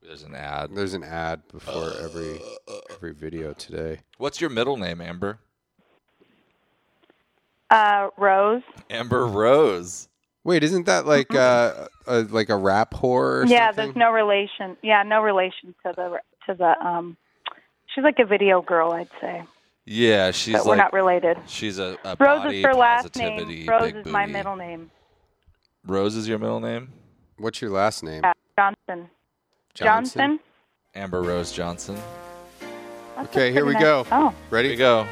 Speaker 2: There's an ad.
Speaker 7: There's an ad before every every video today.
Speaker 2: What's your middle name, Amber?
Speaker 6: Uh, Rose.
Speaker 2: Amber Rose.
Speaker 7: Wait, isn't that like uh, a, like a rap horror? Or
Speaker 6: Yeah,
Speaker 7: something?
Speaker 6: there's no relation. Yeah, no relation to the to the um. She's like a video girl, I'd say,
Speaker 2: Yeah, she's
Speaker 6: but
Speaker 2: like
Speaker 6: we're not related.
Speaker 2: she's a, a
Speaker 6: Rose
Speaker 2: body
Speaker 6: is her last
Speaker 2: positivity
Speaker 6: name. Rose
Speaker 2: big
Speaker 6: is my
Speaker 2: booty.
Speaker 6: middle name.
Speaker 2: Rose is your middle name?
Speaker 7: What's your last name?
Speaker 6: Yeah, Johnson. Johnson.
Speaker 2: Amber Rose Johnson.
Speaker 6: That's a
Speaker 7: Okay, here
Speaker 6: pretty
Speaker 7: we
Speaker 6: nice-
Speaker 7: go.
Speaker 6: Oh,
Speaker 2: Here we
Speaker 7: Ready?
Speaker 2: go.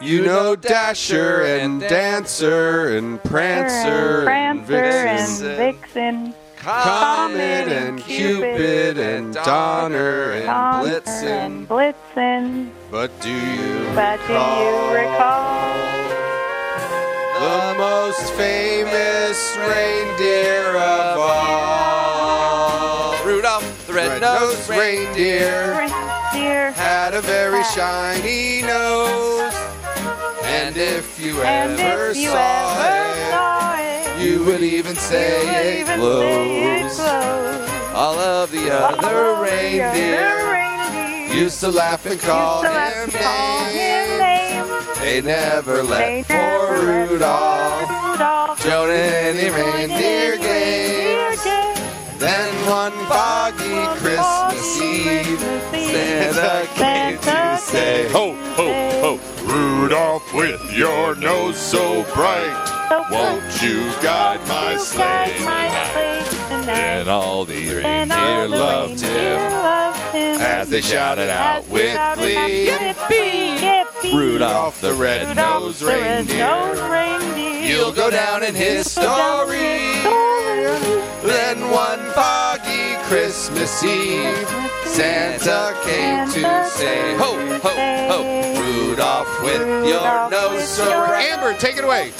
Speaker 7: You know Dasher and Dancer and Prancer and
Speaker 6: Prancer and
Speaker 7: Vixen,
Speaker 6: Vixen.
Speaker 7: Comet and Cupid and Donner and
Speaker 6: Donner
Speaker 7: Blitzen.
Speaker 6: and Blitzen.
Speaker 7: But do you
Speaker 6: But do you recall?
Speaker 7: the most famous reindeer of all?
Speaker 3: Rudolph the
Speaker 7: Red-nosed
Speaker 3: Red-Nosed Reindeer.
Speaker 7: reindeer.
Speaker 6: Dear.
Speaker 7: had a very shiny nose. And if you
Speaker 6: And
Speaker 7: ever
Speaker 6: if you
Speaker 7: saw
Speaker 6: ever
Speaker 7: it,
Speaker 6: saw it,
Speaker 7: you would even say
Speaker 6: you would
Speaker 7: it
Speaker 6: even say it
Speaker 7: glows.
Speaker 6: glows.
Speaker 3: All of the
Speaker 7: Other
Speaker 6: Oh,
Speaker 7: reindeer
Speaker 6: reindeer
Speaker 7: used to laugh and call
Speaker 6: used to laugh
Speaker 7: him
Speaker 6: and call him
Speaker 7: names.
Speaker 6: names.
Speaker 7: They never
Speaker 6: They
Speaker 7: let
Speaker 6: never
Speaker 7: poor
Speaker 6: let
Speaker 7: Rudolph
Speaker 6: Rudolph
Speaker 7: join any
Speaker 6: Reindeer
Speaker 7: reindeer games.
Speaker 6: games.
Speaker 7: Then one foggy
Speaker 6: One
Speaker 7: Christmas
Speaker 6: foggy
Speaker 7: Eve,
Speaker 6: Christmas Eve,
Speaker 7: Santa came to
Speaker 6: Santa
Speaker 7: say,
Speaker 6: came
Speaker 7: Ho,
Speaker 6: to say,
Speaker 7: ho, ho, Rudolph with your nose so bright,
Speaker 6: So
Speaker 7: won't you guide my
Speaker 6: you
Speaker 7: sleigh
Speaker 6: guide my
Speaker 7: tonight?
Speaker 6: sleigh tonight.
Speaker 2: And all the
Speaker 6: And all
Speaker 2: reindeer
Speaker 6: the
Speaker 2: loved
Speaker 6: reindeer
Speaker 2: him
Speaker 6: loved him.
Speaker 2: as they shouted out
Speaker 6: As
Speaker 2: with
Speaker 6: shouted out
Speaker 2: glee.
Speaker 6: with glee, yippee.
Speaker 2: Rudolph the
Speaker 6: Rudolph
Speaker 2: red-nosed
Speaker 6: the red-nosed
Speaker 2: reindeer.
Speaker 6: reindeer.
Speaker 2: You'll go down in history.
Speaker 7: Then one foggy Christmas Eve, Santa came to say, Ho,
Speaker 2: Ho, ho, ho.
Speaker 7: Rudolph with your nose so bright. Amber, take it away.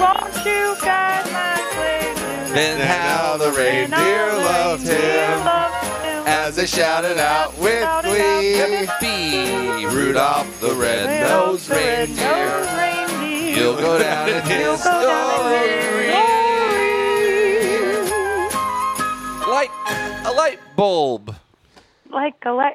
Speaker 6: Won't you guide my sleigh
Speaker 2: And
Speaker 7: And how the
Speaker 6: And all
Speaker 7: reindeer
Speaker 6: the
Speaker 7: loved
Speaker 6: reindeer
Speaker 7: him
Speaker 6: loved him.
Speaker 7: as they shouted out with glee.
Speaker 2: be
Speaker 7: Rudolph the
Speaker 6: Rudolph
Speaker 7: red-nosed
Speaker 6: the
Speaker 7: reindeer,
Speaker 6: red-nosed reindeer.
Speaker 7: you'll go down in
Speaker 6: You'll go down in
Speaker 7: history.
Speaker 2: light a light bulb.
Speaker 6: Like a light.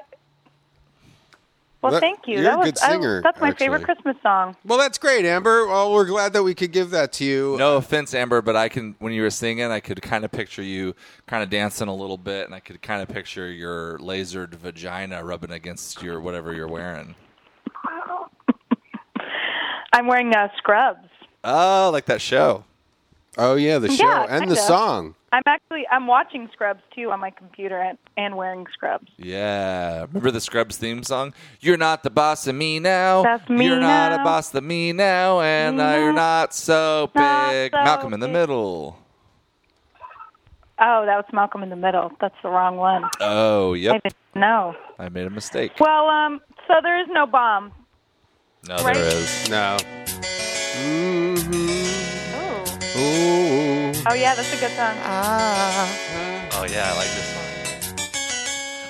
Speaker 6: Well,
Speaker 7: That-
Speaker 6: thank you.
Speaker 7: you're
Speaker 6: that
Speaker 7: a
Speaker 6: was
Speaker 7: good
Speaker 6: I-
Speaker 7: singer,
Speaker 6: that's my favorite
Speaker 7: actually.
Speaker 6: Christmas song.
Speaker 7: Well, that's great, Amber. Well, we're glad that we could give that to you.
Speaker 2: No offense, Amber, but I can when you were singing, I could kind of picture you kind of dancing a little bit, and I could kind of picture your lasered vagina rubbing against your whatever you're wearing.
Speaker 6: I'm wearing uh, scrubs.
Speaker 2: Oh, like that show.
Speaker 7: Oh yeah, the show
Speaker 6: Yeah,
Speaker 7: and the
Speaker 6: kinda.
Speaker 7: song.
Speaker 6: I'm actually I'm watching Scrubs too on my computer and, and wearing Scrubs.
Speaker 2: Yeah, remember the Scrubs theme song? You're not the boss of me now.
Speaker 6: That's me
Speaker 2: You're not a
Speaker 6: now.
Speaker 2: boss of me now, and
Speaker 6: Me
Speaker 2: uh, you're
Speaker 6: now.
Speaker 2: not so big.
Speaker 6: Not so
Speaker 2: Malcolm in the
Speaker 6: big.
Speaker 2: middle.
Speaker 6: Oh, that was Malcolm in the Middle. That's the wrong one.
Speaker 2: Oh,
Speaker 6: I
Speaker 2: yep.
Speaker 6: didn't know.
Speaker 2: I made a mistake.
Speaker 6: Well, um, so there is no bomb.
Speaker 2: No,
Speaker 6: Right.
Speaker 2: there is.
Speaker 7: No. Mhm.
Speaker 6: Oh,
Speaker 7: Ooh.
Speaker 6: oh yeah, that's a good song.
Speaker 2: Oh yeah, I like this one.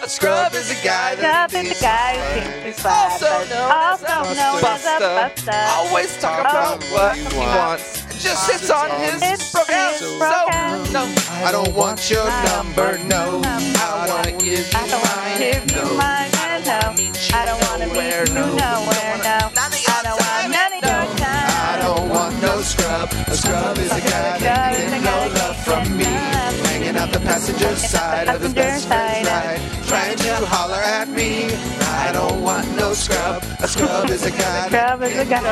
Speaker 3: A scrub is a guy that
Speaker 6: Up in the guy who thinks he's fine,
Speaker 3: Also
Speaker 6: but
Speaker 3: known as a
Speaker 6: also known as a
Speaker 3: buster.
Speaker 6: buster. Oh,
Speaker 3: always talk about what he wants. and Just sits on his
Speaker 6: It's
Speaker 3: broken
Speaker 6: broken.
Speaker 3: so
Speaker 6: Broken.
Speaker 3: no.
Speaker 7: I don't want your number, no.
Speaker 3: I wanna give
Speaker 6: I don't want to give
Speaker 3: you
Speaker 6: you
Speaker 3: mine.
Speaker 6: mine, and no. I don't want to meet you nowhere, no. I don't want none of your
Speaker 7: I
Speaker 6: time.
Speaker 7: don't want no scrub. A scrub is a guy that
Speaker 6: Scrub is
Speaker 7: needs
Speaker 6: a
Speaker 7: no
Speaker 6: guy
Speaker 7: love
Speaker 6: that
Speaker 7: from me.
Speaker 6: needs love.
Speaker 7: Hanging out the passenger side of his best friend's
Speaker 6: Passenger
Speaker 7: ride.
Speaker 6: side
Speaker 7: Trying to holler at me. I don't want no scrub. A scrub is a guy that
Speaker 6: Scrub is a guy who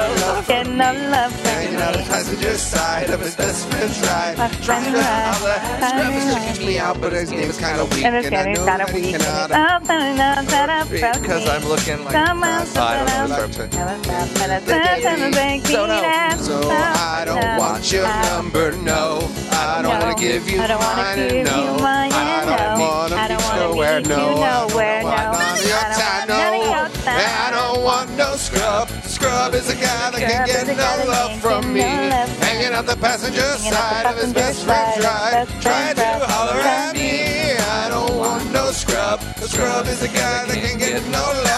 Speaker 6: can no love
Speaker 7: hanging out the
Speaker 6: for me.
Speaker 7: passenger side of his best friend's ride.
Speaker 6: My friend
Speaker 7: Trying to
Speaker 6: ride,
Speaker 7: holler at
Speaker 6: friend
Speaker 7: Scrub is
Speaker 6: ride.
Speaker 7: checking me out, but his name is kinda weak.
Speaker 6: And
Speaker 7: And
Speaker 6: it's
Speaker 7: I
Speaker 6: getting
Speaker 7: know
Speaker 6: kind
Speaker 7: that
Speaker 6: of
Speaker 7: he
Speaker 6: weak.
Speaker 7: cannot
Speaker 3: Because
Speaker 6: Because
Speaker 3: I'm looking like
Speaker 6: Someone
Speaker 3: I
Speaker 6: I
Speaker 3: don't know.
Speaker 7: So I don't want your number, no. I don't
Speaker 6: No.
Speaker 7: want to give you
Speaker 6: I don't wanna
Speaker 7: mine, and
Speaker 6: give
Speaker 7: no.
Speaker 6: you mine,
Speaker 7: I
Speaker 6: and
Speaker 7: don't
Speaker 6: no.
Speaker 7: want to
Speaker 6: I
Speaker 7: be
Speaker 6: don't wanna
Speaker 7: nowhere,
Speaker 6: meet
Speaker 7: no.
Speaker 6: you nowhere,
Speaker 7: I don't want
Speaker 6: no.
Speaker 7: none of your
Speaker 6: I don't
Speaker 7: time, no.
Speaker 6: want none of your time.
Speaker 7: I don't
Speaker 3: don't want no scrub. Scrub is a guy that can
Speaker 6: Scrub
Speaker 3: get
Speaker 6: is a guy that
Speaker 3: no love
Speaker 6: can't
Speaker 3: from
Speaker 6: get
Speaker 3: me.
Speaker 6: no love from
Speaker 3: Hanging out the passenger
Speaker 6: Hanging out the
Speaker 3: side of his
Speaker 6: passenger
Speaker 3: best friend
Speaker 6: side
Speaker 3: tried.
Speaker 6: of his best
Speaker 3: Tried
Speaker 6: friend
Speaker 3: to
Speaker 6: tried.
Speaker 3: holler at
Speaker 6: Tried
Speaker 3: me. I don't want no scrub. A scrub is a guy that can get no love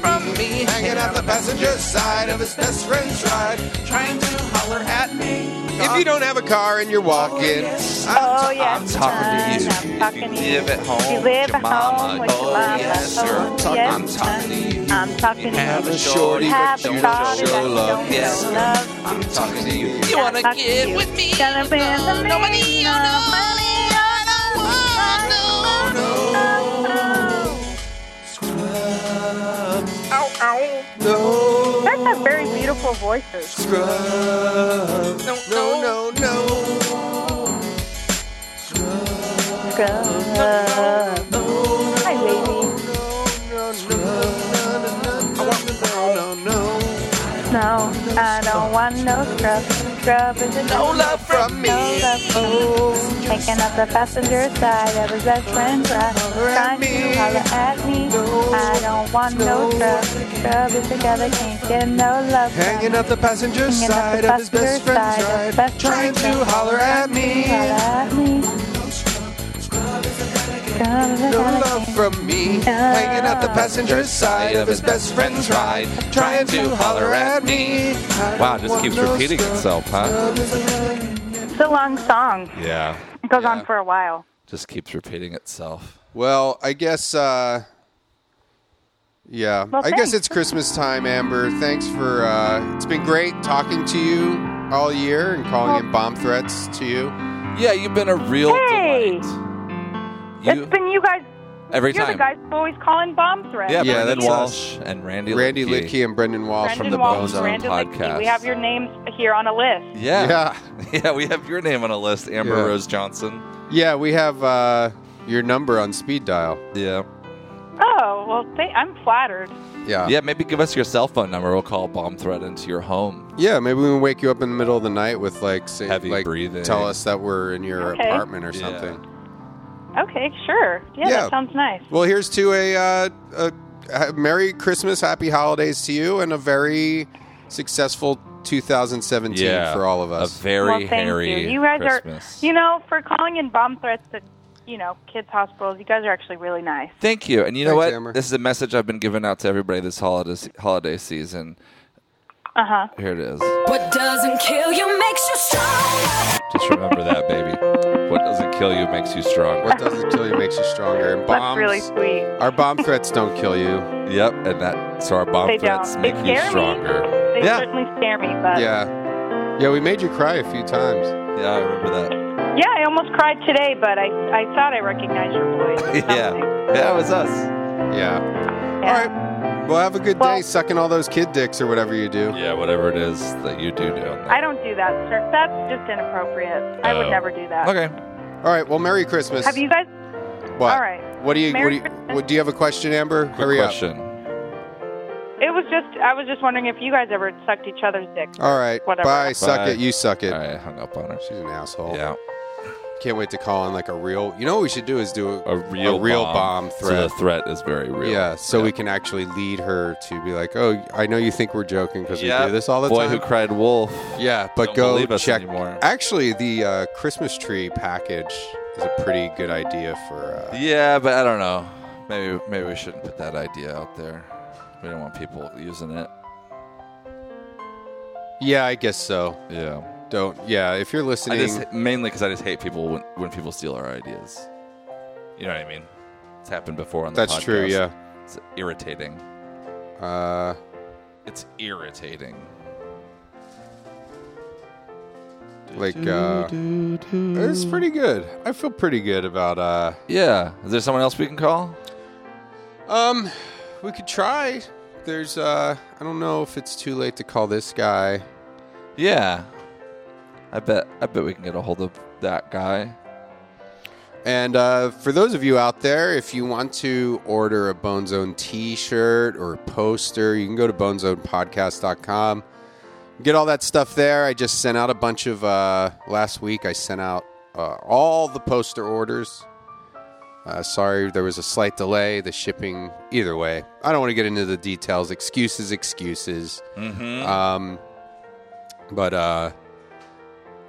Speaker 3: from me. Hanging out the passenger side of his best friend tried. Trying to holler at me. If you don't have a car and you're walking,
Speaker 6: Oh, yeah.
Speaker 7: I'm talking to you.
Speaker 6: I'm talking
Speaker 7: if
Speaker 6: to
Speaker 7: you
Speaker 6: you.
Speaker 7: live at home,
Speaker 6: If you
Speaker 7: with
Speaker 6: live
Speaker 7: your
Speaker 6: at home
Speaker 7: mama.
Speaker 6: with your
Speaker 7: oh,
Speaker 6: mama,
Speaker 7: yes,
Speaker 6: oh,
Speaker 7: sir. I'm talking,
Speaker 6: yes,
Speaker 7: I'm talking to you.
Speaker 6: I'm talking to
Speaker 7: Have a
Speaker 6: you.
Speaker 7: shorty,
Speaker 6: Have
Speaker 7: but
Speaker 6: a
Speaker 7: you
Speaker 6: thought
Speaker 7: don't
Speaker 6: that
Speaker 7: show
Speaker 6: you
Speaker 7: love.
Speaker 6: don't
Speaker 7: Yes,
Speaker 6: show
Speaker 7: sir.
Speaker 6: love.
Speaker 7: I'm talking to you. You wanna
Speaker 6: Fuck
Speaker 7: get
Speaker 6: you.
Speaker 7: with me?
Speaker 6: Gonna be the
Speaker 7: No, nobody,
Speaker 6: mean,
Speaker 7: no,
Speaker 6: uh,
Speaker 7: no.
Speaker 6: money, uh, no, no, no. That's a very beautiful voices.
Speaker 3: no, no, no.
Speaker 6: Hi, baby. No, I don't want no scrub. Scrub is a no love from me. No love from me. Taking up the passenger side of his best friend right. Trying to holler at me. I don't want no scrub. Scrub is a guy that can't get no love from
Speaker 3: Hanging
Speaker 6: me.
Speaker 3: up the passenger
Speaker 6: Hanging up
Speaker 3: side
Speaker 6: the
Speaker 3: of his best
Speaker 6: passenger
Speaker 3: friend's
Speaker 6: side of
Speaker 3: ride,
Speaker 6: his best
Speaker 3: trying
Speaker 6: friend's
Speaker 3: to
Speaker 6: ride.
Speaker 3: holler at me.
Speaker 6: Holler at me. Scrub is a
Speaker 3: No
Speaker 6: guy that
Speaker 3: love
Speaker 6: can't
Speaker 3: from me. Hanging up the passenger side of his best friend's ride, trying to holler at me.
Speaker 2: Wow, it just keeps repeating itself, huh?
Speaker 6: It's a long song.
Speaker 2: Yeah.
Speaker 6: It goes
Speaker 3: Yeah.
Speaker 6: on for a while.
Speaker 2: Just keeps repeating itself.
Speaker 3: Well, I guess, uh, yeah,
Speaker 6: Well,
Speaker 3: I guess
Speaker 6: thanks.
Speaker 3: it's Christmas time, Amber. Thanks for, uh, it's been great talking to you all year and calling in bomb threats to you.
Speaker 2: Yeah, you've been a real
Speaker 6: Hey!
Speaker 2: delight. You
Speaker 6: it's been you guys.
Speaker 2: every
Speaker 6: You're
Speaker 2: time.
Speaker 6: the guys who always calling bomb threats.
Speaker 2: Yeah,
Speaker 3: Yeah,
Speaker 2: Brandon
Speaker 3: that's
Speaker 2: Walsh and Randy
Speaker 3: Randy
Speaker 2: Lipke.
Speaker 3: Lidke and Brendan Walsh
Speaker 6: Brandon
Speaker 3: from the
Speaker 6: Walsh,
Speaker 3: Bone Zone.
Speaker 6: Brandon Lickey.
Speaker 2: podcast.
Speaker 6: We have your names here on a list.
Speaker 2: Yeah.
Speaker 3: Yeah.
Speaker 2: Yeah, we have your name on a list, Amber
Speaker 3: Yeah.
Speaker 2: Rose Johnson.
Speaker 3: Yeah, we have uh, your number on speed dial.
Speaker 2: Yeah.
Speaker 6: Oh well, th- I'm flattered.
Speaker 3: Yeah.
Speaker 2: Yeah, maybe give us your cell phone number. We'll call a bomb threat into your home.
Speaker 3: Yeah, maybe we can wake you up in the middle of the night with like say,
Speaker 2: Heavy
Speaker 3: like,
Speaker 2: breathing.
Speaker 3: Tell us that we're in your
Speaker 6: Okay.
Speaker 3: apartment or
Speaker 2: Yeah.
Speaker 3: something.
Speaker 6: Okay, sure. Yeah,
Speaker 3: Yeah.
Speaker 6: that sounds nice.
Speaker 3: Well, here's to a, uh, a a Merry Christmas, Happy Holidays to you, and a very successful 2017 for all of
Speaker 2: A
Speaker 3: us.
Speaker 2: very
Speaker 6: well, thank
Speaker 2: hairy
Speaker 6: you. You guys
Speaker 2: Christmas.
Speaker 6: are, you know, for calling in bomb threats to, you know, kids hospitals. You guys are actually really nice.
Speaker 2: Thank you. And you know
Speaker 3: Thanks,
Speaker 2: what?
Speaker 3: Amber.
Speaker 2: This is a message I've been giving out to everybody this holiday holiday season.
Speaker 6: Uh huh.
Speaker 2: Here it is.
Speaker 8: What doesn't kill you makes you stronger.
Speaker 2: Just remember that, baby. What doesn't kill you makes you stronger.
Speaker 3: what doesn't kill you makes you stronger. And
Speaker 6: That's
Speaker 3: bombs,
Speaker 6: really sweet.
Speaker 3: our bomb threats don't kill you.
Speaker 2: Yep, and that so our bomb
Speaker 6: They
Speaker 2: threats
Speaker 6: don't. They
Speaker 2: make you
Speaker 6: scare me.
Speaker 2: stronger.
Speaker 6: They
Speaker 2: yeah,
Speaker 6: certainly scare me, but
Speaker 3: Yeah, yeah, we made you cry a few times.
Speaker 2: yeah, I remember
Speaker 6: Yeah, I almost cried today, but I, I thought I recognized your voice. or
Speaker 2: that.
Speaker 6: something.
Speaker 2: yeah, yeah, it was us.
Speaker 3: Yeah.
Speaker 6: Yeah.
Speaker 3: All right. Well, have a good
Speaker 6: Well-
Speaker 3: day sucking all those kid dicks or whatever you do.
Speaker 2: Yeah, whatever it is that you do down
Speaker 6: I don't do that, sir. That's just inappropriate. I
Speaker 2: Oh.
Speaker 6: would never do that.
Speaker 2: there. Okay.
Speaker 3: All right. Well, Merry Christmas.
Speaker 6: Have you guys?
Speaker 3: What?
Speaker 6: All right.
Speaker 3: What do you?
Speaker 6: Merry
Speaker 3: what do you?
Speaker 6: Christmas.
Speaker 3: What, do you have a question, Amber?
Speaker 2: Quick
Speaker 3: Hurry
Speaker 2: question.
Speaker 6: It was just I was just wondering if you guys ever sucked each other's dick.
Speaker 3: up. All right.
Speaker 6: Whatever.
Speaker 3: Bye. Suck
Speaker 2: Bye.
Speaker 3: it. You suck it.
Speaker 2: I hung up on her.
Speaker 3: She's an asshole.
Speaker 2: Yeah,
Speaker 3: Can't wait to call on like a real. You know what we should do is do a,
Speaker 2: a real
Speaker 3: bomb,
Speaker 2: So
Speaker 3: threat.
Speaker 2: the threat is very real.
Speaker 3: yeah, so we can actually lead her to be like, "Oh, I know you think we're joking because we do this all the
Speaker 2: Boy
Speaker 3: time."
Speaker 2: who cried wolf.
Speaker 3: yeah, but
Speaker 2: Don't
Speaker 3: go
Speaker 2: believe us
Speaker 3: check.
Speaker 2: anymore.
Speaker 3: Actually, the uh, Christmas tree package is a pretty good idea for. Uh,
Speaker 2: Yeah, but I don't know. Maybe maybe we shouldn't put that idea out there. We don't want people using it.
Speaker 3: yeah, I guess so.
Speaker 2: Yeah.
Speaker 3: Don't. Yeah, if you're listening,
Speaker 2: I just mainly because I just hate people when, when people steal our ideas. You know what I mean? It's happened before on the
Speaker 3: that's true.
Speaker 2: podcast.
Speaker 3: Yeah.
Speaker 2: it's irritating.
Speaker 3: Uh,
Speaker 2: It's irritating.
Speaker 3: like uh, it's pretty good. I feel pretty good about uh
Speaker 2: Yeah. Is there someone else we can call?
Speaker 3: um we could try. There's uh I don't know if it's too late to call this guy.
Speaker 2: Yeah. I bet. I bet we can get a hold of that guy.
Speaker 3: And uh, for those of you out there, if you want to order a Bone Zone t-shirt or poster, you can go to bonezonepodcast.com. Get all that stuff there. I just sent out a bunch of uh, last week. I sent out uh, all the poster orders. Uh, sorry, there was a slight delay. The shipping, either way, I don't want to get into the details. Excuses, excuses. Um, but uh,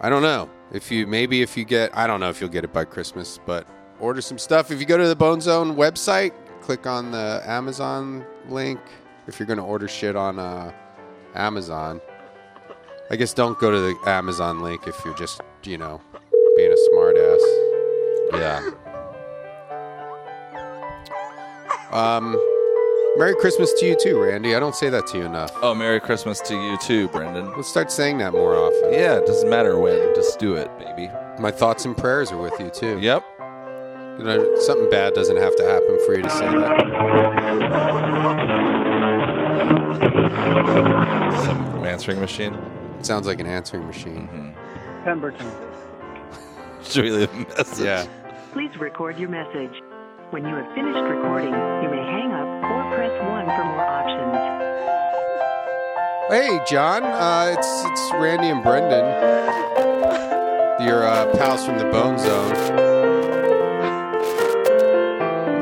Speaker 3: I don't know if you maybe if you get I don't know if you'll get it by Christmas, but order some stuff. If you go to the Bone Zone website, click on the Amazon link. If you're going to order shit on uh, Amazon, I guess don't go to the Amazon link if you're just you know being a smartass.
Speaker 2: Yeah.
Speaker 3: Um, Merry Christmas to you too, Randy. I don't say that to you enough.
Speaker 2: Oh, Merry Christmas to you too, Brendan.
Speaker 3: Let's start saying that more often.
Speaker 2: Yeah, it doesn't matter when. Just do it, baby.
Speaker 3: My thoughts and prayers are with you too.
Speaker 2: Yep.
Speaker 3: You know, something bad doesn't have to happen for you to say that.
Speaker 2: Some answering machine.
Speaker 3: It sounds like an answering machine.
Speaker 9: Pemberton.
Speaker 2: Should we leave a message?
Speaker 3: Yeah.
Speaker 7: Please record your message. When you have finished recording, you may hang up or press 1 for more options.
Speaker 3: Hey, John. Uh, it's it's Randy and Brendan. Your uh, pals from the Bone Zone.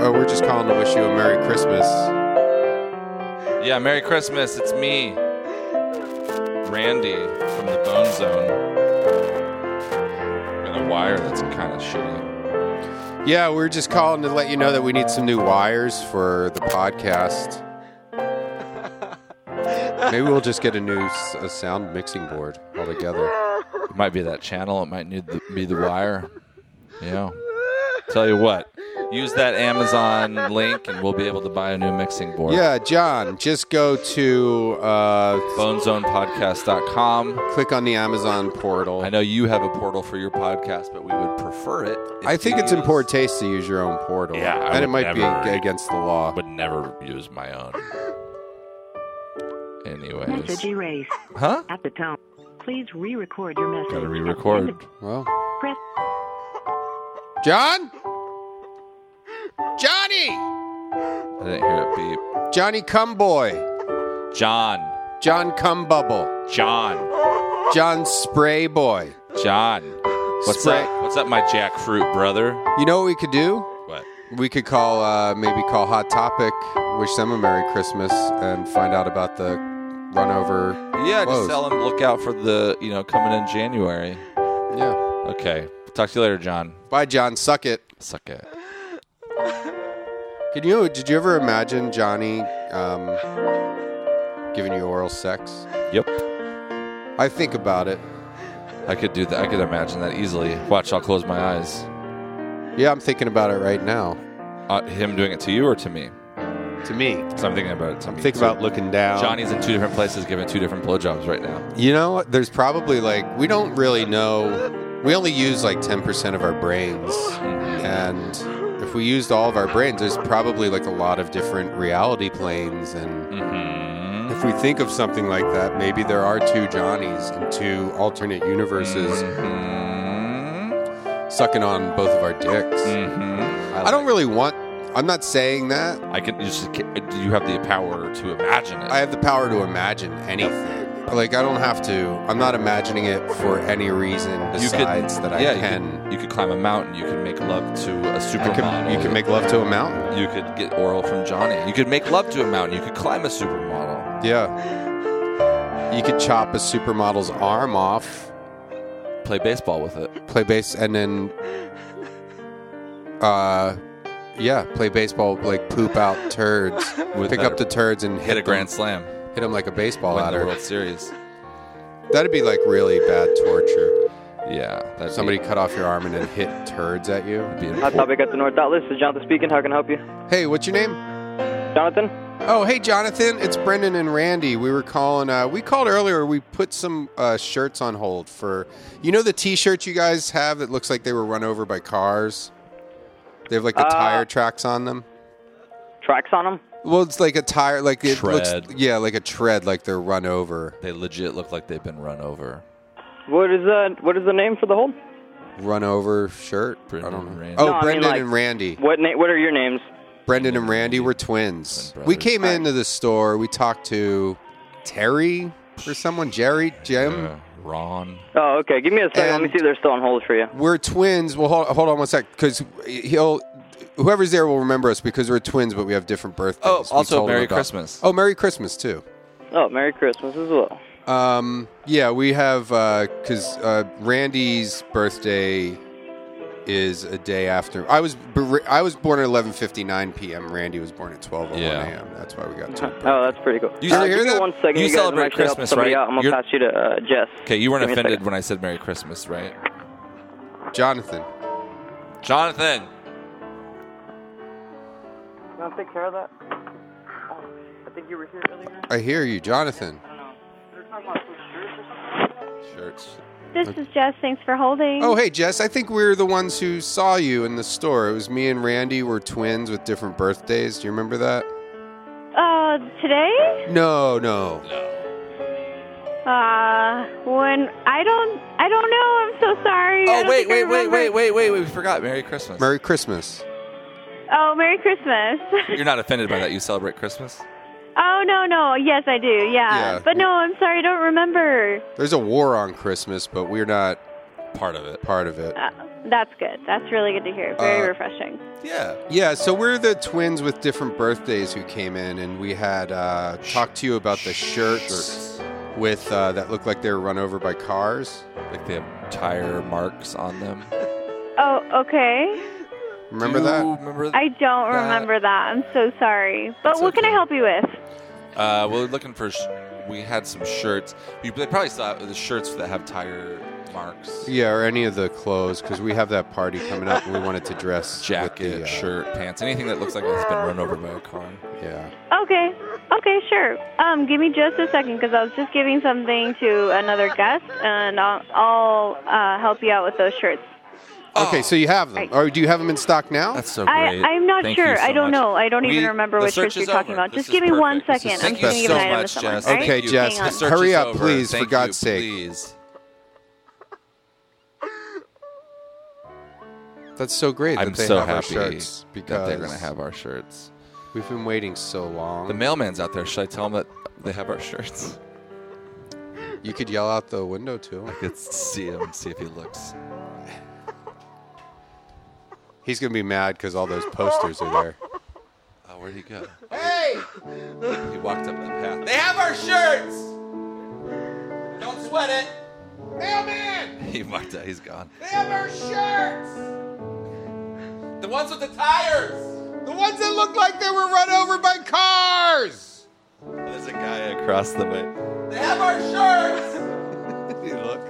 Speaker 3: Oh, we're just calling to wish you a Merry Christmas.
Speaker 2: Yeah, Merry Christmas. It's me, Randy from the Bone Zone. And a wire that's kind of shitty.
Speaker 3: Yeah, we're just calling to let you know that we need some new wires for the podcast. Maybe we'll just get a new s- a sound mixing board altogether.
Speaker 2: It might be that channel. It might need to be the wire. Yeah. Tell you what, use that Amazon link and we'll be able to buy a new mixing board.
Speaker 3: Yeah, John, just go to uh,
Speaker 2: BoneZonePodcast.com.
Speaker 3: click on the Amazon portal.
Speaker 2: I know you have a portal for your podcast, but we would prefer it. if
Speaker 3: I think
Speaker 2: you
Speaker 3: it's in
Speaker 2: use-
Speaker 3: poor taste to use your own portal.
Speaker 2: Yeah, I
Speaker 3: and it
Speaker 2: would
Speaker 3: might
Speaker 2: never-
Speaker 3: be ag- against the law.
Speaker 2: would never use my own.
Speaker 7: Message
Speaker 2: Anyways,
Speaker 7: erased.
Speaker 2: huh?
Speaker 7: At the tone, please re-record your message.
Speaker 2: Gotta re-record.
Speaker 3: well,
Speaker 7: Press
Speaker 3: John, Johnny,
Speaker 2: I didn't hear it beep.
Speaker 3: Johnny Cumboy,
Speaker 2: John,
Speaker 3: John Cumbubble,
Speaker 2: John,
Speaker 3: John Spray Boy.
Speaker 2: John. What's
Speaker 3: Spray-
Speaker 2: up? What's up, my jackfruit brother?
Speaker 3: You know what we could do?
Speaker 2: What?
Speaker 3: We could call, uh, maybe call Hot Topic, wish them a Merry Christmas, and find out about the runover.
Speaker 2: Yeah,
Speaker 3: Close.
Speaker 2: just tell him look out for the you know coming in January.
Speaker 3: Yeah.
Speaker 2: Okay, talk to you later, John.
Speaker 3: Bye, John. Suck it.
Speaker 2: Suck it.
Speaker 3: Can you? Did you ever imagine Johnny um, giving you oral sex?
Speaker 2: Yep,
Speaker 3: I think about it.
Speaker 2: I could do that. I could imagine that easily. Watch, I'll close my eyes.
Speaker 3: Yeah, I'm thinking about it right now.
Speaker 2: Uh, him doing it to you or to me?
Speaker 3: To me,
Speaker 2: So I'm thinking about it. To me.
Speaker 3: think
Speaker 2: So
Speaker 3: about looking down.
Speaker 2: Johnny's in two different places, giving two different blowjobs right now.
Speaker 3: you know, what? there's probably like we don't really know. We only use like 10% of our brains, Mm-hmm. and if we used all of our brains, there's probably like a lot of different reality planes. And
Speaker 2: Mm-hmm.
Speaker 3: if we think of something like that, maybe there are two Johnnies and two alternate universes
Speaker 2: Mm-hmm.
Speaker 3: sucking on both of our dicks. I don't really want. I'm not saying that.
Speaker 2: I can. You just. ca- You have the power to imagine it.
Speaker 3: I have the power to imagine anything. Like I don't have to. I'm not imagining it for any reason besides that I
Speaker 2: yeah, You
Speaker 3: can.
Speaker 2: could, you could climb a mountain. You could make love to a
Speaker 3: I
Speaker 2: supermodel.
Speaker 3: can you can make love to a mountain.
Speaker 2: You could get oral from Johnny. You could make love to a mountain. You could climb a supermodel.
Speaker 3: Yeah. You could chop a supermodel's arm off,
Speaker 2: Play baseball with it.
Speaker 3: play base, and then, uh, yeah, play baseball. Like poop out turds,
Speaker 2: With
Speaker 3: pick
Speaker 2: that-
Speaker 3: up the turds and hit,
Speaker 2: Hit a
Speaker 3: them-
Speaker 2: grand slam.
Speaker 3: hit them like a baseball
Speaker 2: Win the
Speaker 3: ladder.
Speaker 2: World Series.
Speaker 3: That'd be like really bad torture.
Speaker 2: Yeah. That'd
Speaker 3: Somebody
Speaker 2: Be,
Speaker 3: cut off your arm and then hit turds at you.
Speaker 2: that'd be
Speaker 6: Hot
Speaker 2: important.
Speaker 6: topic at the North Outlet. This is Jonathan speaking. How can I help you?
Speaker 3: Hey, what's your name?
Speaker 6: Jonathan?
Speaker 3: Oh, hey, Jonathan. It's Brendan and Randy. We were calling. Uh, we called earlier. We put some uh, shirts on hold for. You know the T-shirt you guys have that looks like they were run over by cars. They have like the
Speaker 6: Uh,
Speaker 3: tire tracks on them.
Speaker 6: Tracks on him?
Speaker 3: Well, it's like a tire, like it
Speaker 2: Tread.
Speaker 3: looks. Yeah, like a tread, like they're run over.
Speaker 2: They legit look like they've been run over.
Speaker 6: What is the what is the name for the hold?
Speaker 3: Run over shirt.
Speaker 2: Brendan
Speaker 3: I don't
Speaker 2: and
Speaker 3: know.
Speaker 2: Randy.
Speaker 3: Oh,
Speaker 6: No, I mean,
Speaker 3: Brendan
Speaker 6: like-
Speaker 3: and Randy.
Speaker 6: What na- what are your names?
Speaker 3: Brendan and Randy were twins.
Speaker 2: Twin
Speaker 3: We
Speaker 2: brothers.
Speaker 3: came into the store. We talked to Terry or someone. Jerry, Jim.
Speaker 2: Yeah. Ron.
Speaker 6: Oh, okay. Give me a second. Let me
Speaker 3: And-
Speaker 6: see if they're still on hold for you.
Speaker 3: we're twins. Well, hold, hold on one sec, because he'll whoever's there will remember us because we're twins, but we have different birthdays.
Speaker 2: Oh,
Speaker 3: We
Speaker 2: also
Speaker 3: told them
Speaker 2: Merry
Speaker 3: about-
Speaker 2: Christmas.
Speaker 3: Oh, Merry Christmas too.
Speaker 6: Oh, Merry Christmas as well.
Speaker 3: Um, yeah, we have because uh, Randy's birthday is a day after. I was ber- I was born at eleven fifty nine p.m. Randy was born at twelve oh one
Speaker 2: Yeah.
Speaker 3: a.m. That's why we got two.
Speaker 6: Oh, that's pretty cool.
Speaker 2: You
Speaker 6: uh,
Speaker 2: hear
Speaker 6: give me
Speaker 3: that?
Speaker 6: one second.
Speaker 2: You
Speaker 6: guys. I'm
Speaker 2: celebrate
Speaker 6: actually helping
Speaker 2: Christmas,
Speaker 6: somebody
Speaker 2: right?
Speaker 6: Out. I'm gonna
Speaker 2: You're-
Speaker 6: pass you to uh, Jess.
Speaker 2: Okay, you weren't
Speaker 6: Give me a
Speaker 2: offended
Speaker 6: second.
Speaker 2: when I said Merry Christmas, right?
Speaker 3: Jonathan.
Speaker 2: Jonathan.
Speaker 6: You want to take care of that? Oh, I think you were here earlier.
Speaker 3: I hear you, Jonathan.
Speaker 6: I don't know. We were talking about some shirts or something.
Speaker 3: Shirts.
Speaker 9: This is Jess. Thanks for holding.
Speaker 3: Oh, hey, Jess. I think we're the ones who saw you in the store. It was me and Randy were twins with different birthdays. Do you remember that?
Speaker 9: Uh, today?
Speaker 3: No, no.
Speaker 9: Uh, when I don't, I don't know. I'm so sorry. I
Speaker 2: Oh
Speaker 9: don't
Speaker 2: wait,
Speaker 9: think I
Speaker 2: wait, wait,
Speaker 9: remember.
Speaker 2: wait, wait, wait, wait. We forgot Merry Christmas.
Speaker 3: Merry Christmas.
Speaker 9: Oh, Merry Christmas.
Speaker 2: You're not offended by that? You celebrate Christmas?
Speaker 9: oh no, no. Yes, I do. Yeah.
Speaker 3: Yeah.
Speaker 9: But no, I'm sorry. I don't remember.
Speaker 3: There's a war on Christmas, but we're not
Speaker 2: Part of it.
Speaker 3: part of it.
Speaker 9: Uh, that's good. That's really good to hear. Very
Speaker 3: Uh,
Speaker 9: refreshing.
Speaker 2: Yeah.
Speaker 3: Yeah, so we're the twins with different birthdays who came in, and we had uh, talked to you about the shirts with uh, that looked like they were run over by cars.
Speaker 2: Like they have tire marks on them.
Speaker 9: Oh, okay.
Speaker 3: Remember
Speaker 2: Do you
Speaker 3: that?
Speaker 2: Remember
Speaker 9: I don't
Speaker 2: That-
Speaker 9: remember that. I'm so sorry. But
Speaker 2: It's
Speaker 9: what can I
Speaker 2: okay.
Speaker 9: help you with?
Speaker 2: Uh, we're looking for. Sh- we had some shirts. We they probably saw the shirts that have tire marks.
Speaker 3: Yeah, or any of the clothes, because we have that party coming up, and we wanted to dress with
Speaker 2: Jacket,
Speaker 3: the, uh,
Speaker 2: shirt, pants, anything that looks like it's been run over by a car.
Speaker 3: Yeah.
Speaker 9: Okay. Okay, sure. Um, give me just a second because I was just giving something to another guest, and I'll, I'll uh, help you out with those shirts.
Speaker 3: Okay, so you have them,
Speaker 9: Right.
Speaker 3: or do you have them in stock now?
Speaker 2: That's so
Speaker 9: I,
Speaker 2: great.
Speaker 9: I'm not
Speaker 2: Thank you
Speaker 9: sure.
Speaker 2: so
Speaker 9: I don't
Speaker 2: much.
Speaker 9: know. I don't
Speaker 2: We-
Speaker 9: even remember
Speaker 2: the
Speaker 9: which
Speaker 2: search
Speaker 9: shirts you're
Speaker 2: is
Speaker 9: talking
Speaker 2: over.
Speaker 9: about.
Speaker 2: This
Speaker 9: Just
Speaker 2: is
Speaker 9: give me one
Speaker 2: perfect. This
Speaker 9: second.
Speaker 2: is-
Speaker 9: I'm
Speaker 2: Thank
Speaker 9: just
Speaker 2: you
Speaker 9: gonna give
Speaker 2: so
Speaker 9: an item
Speaker 2: much,
Speaker 9: to someone.
Speaker 2: Jess.
Speaker 9: all right?
Speaker 3: Okay,
Speaker 2: Thank you.
Speaker 3: Jess,
Speaker 9: Hang on.
Speaker 2: The search
Speaker 3: hurry
Speaker 2: is
Speaker 3: up,
Speaker 2: over.
Speaker 3: please,
Speaker 2: Thank
Speaker 3: for God's
Speaker 2: you,
Speaker 3: sake.
Speaker 2: Please.
Speaker 3: That's so great.
Speaker 2: I'm
Speaker 3: that they
Speaker 2: so
Speaker 3: have our
Speaker 2: happy
Speaker 3: shirts
Speaker 2: that
Speaker 3: because
Speaker 2: they're gonna have our shirts.
Speaker 3: We've been waiting so long.
Speaker 2: The mailman's out there. Should I tell him that they have our shirts?
Speaker 3: you could yell out the window to him.
Speaker 2: Let's see him. See if he looks.
Speaker 3: He's gonna be mad because all those posters are there.
Speaker 2: Oh, where'd he go? Hey! He walked up that path. They have our shirts! Don't sweat it! Mailman! He walked out, he's gone. They have our shirts! The ones with the tires!
Speaker 3: The ones that look like they were run over by cars.
Speaker 2: There's a guy across the way. They have our shirts! you look.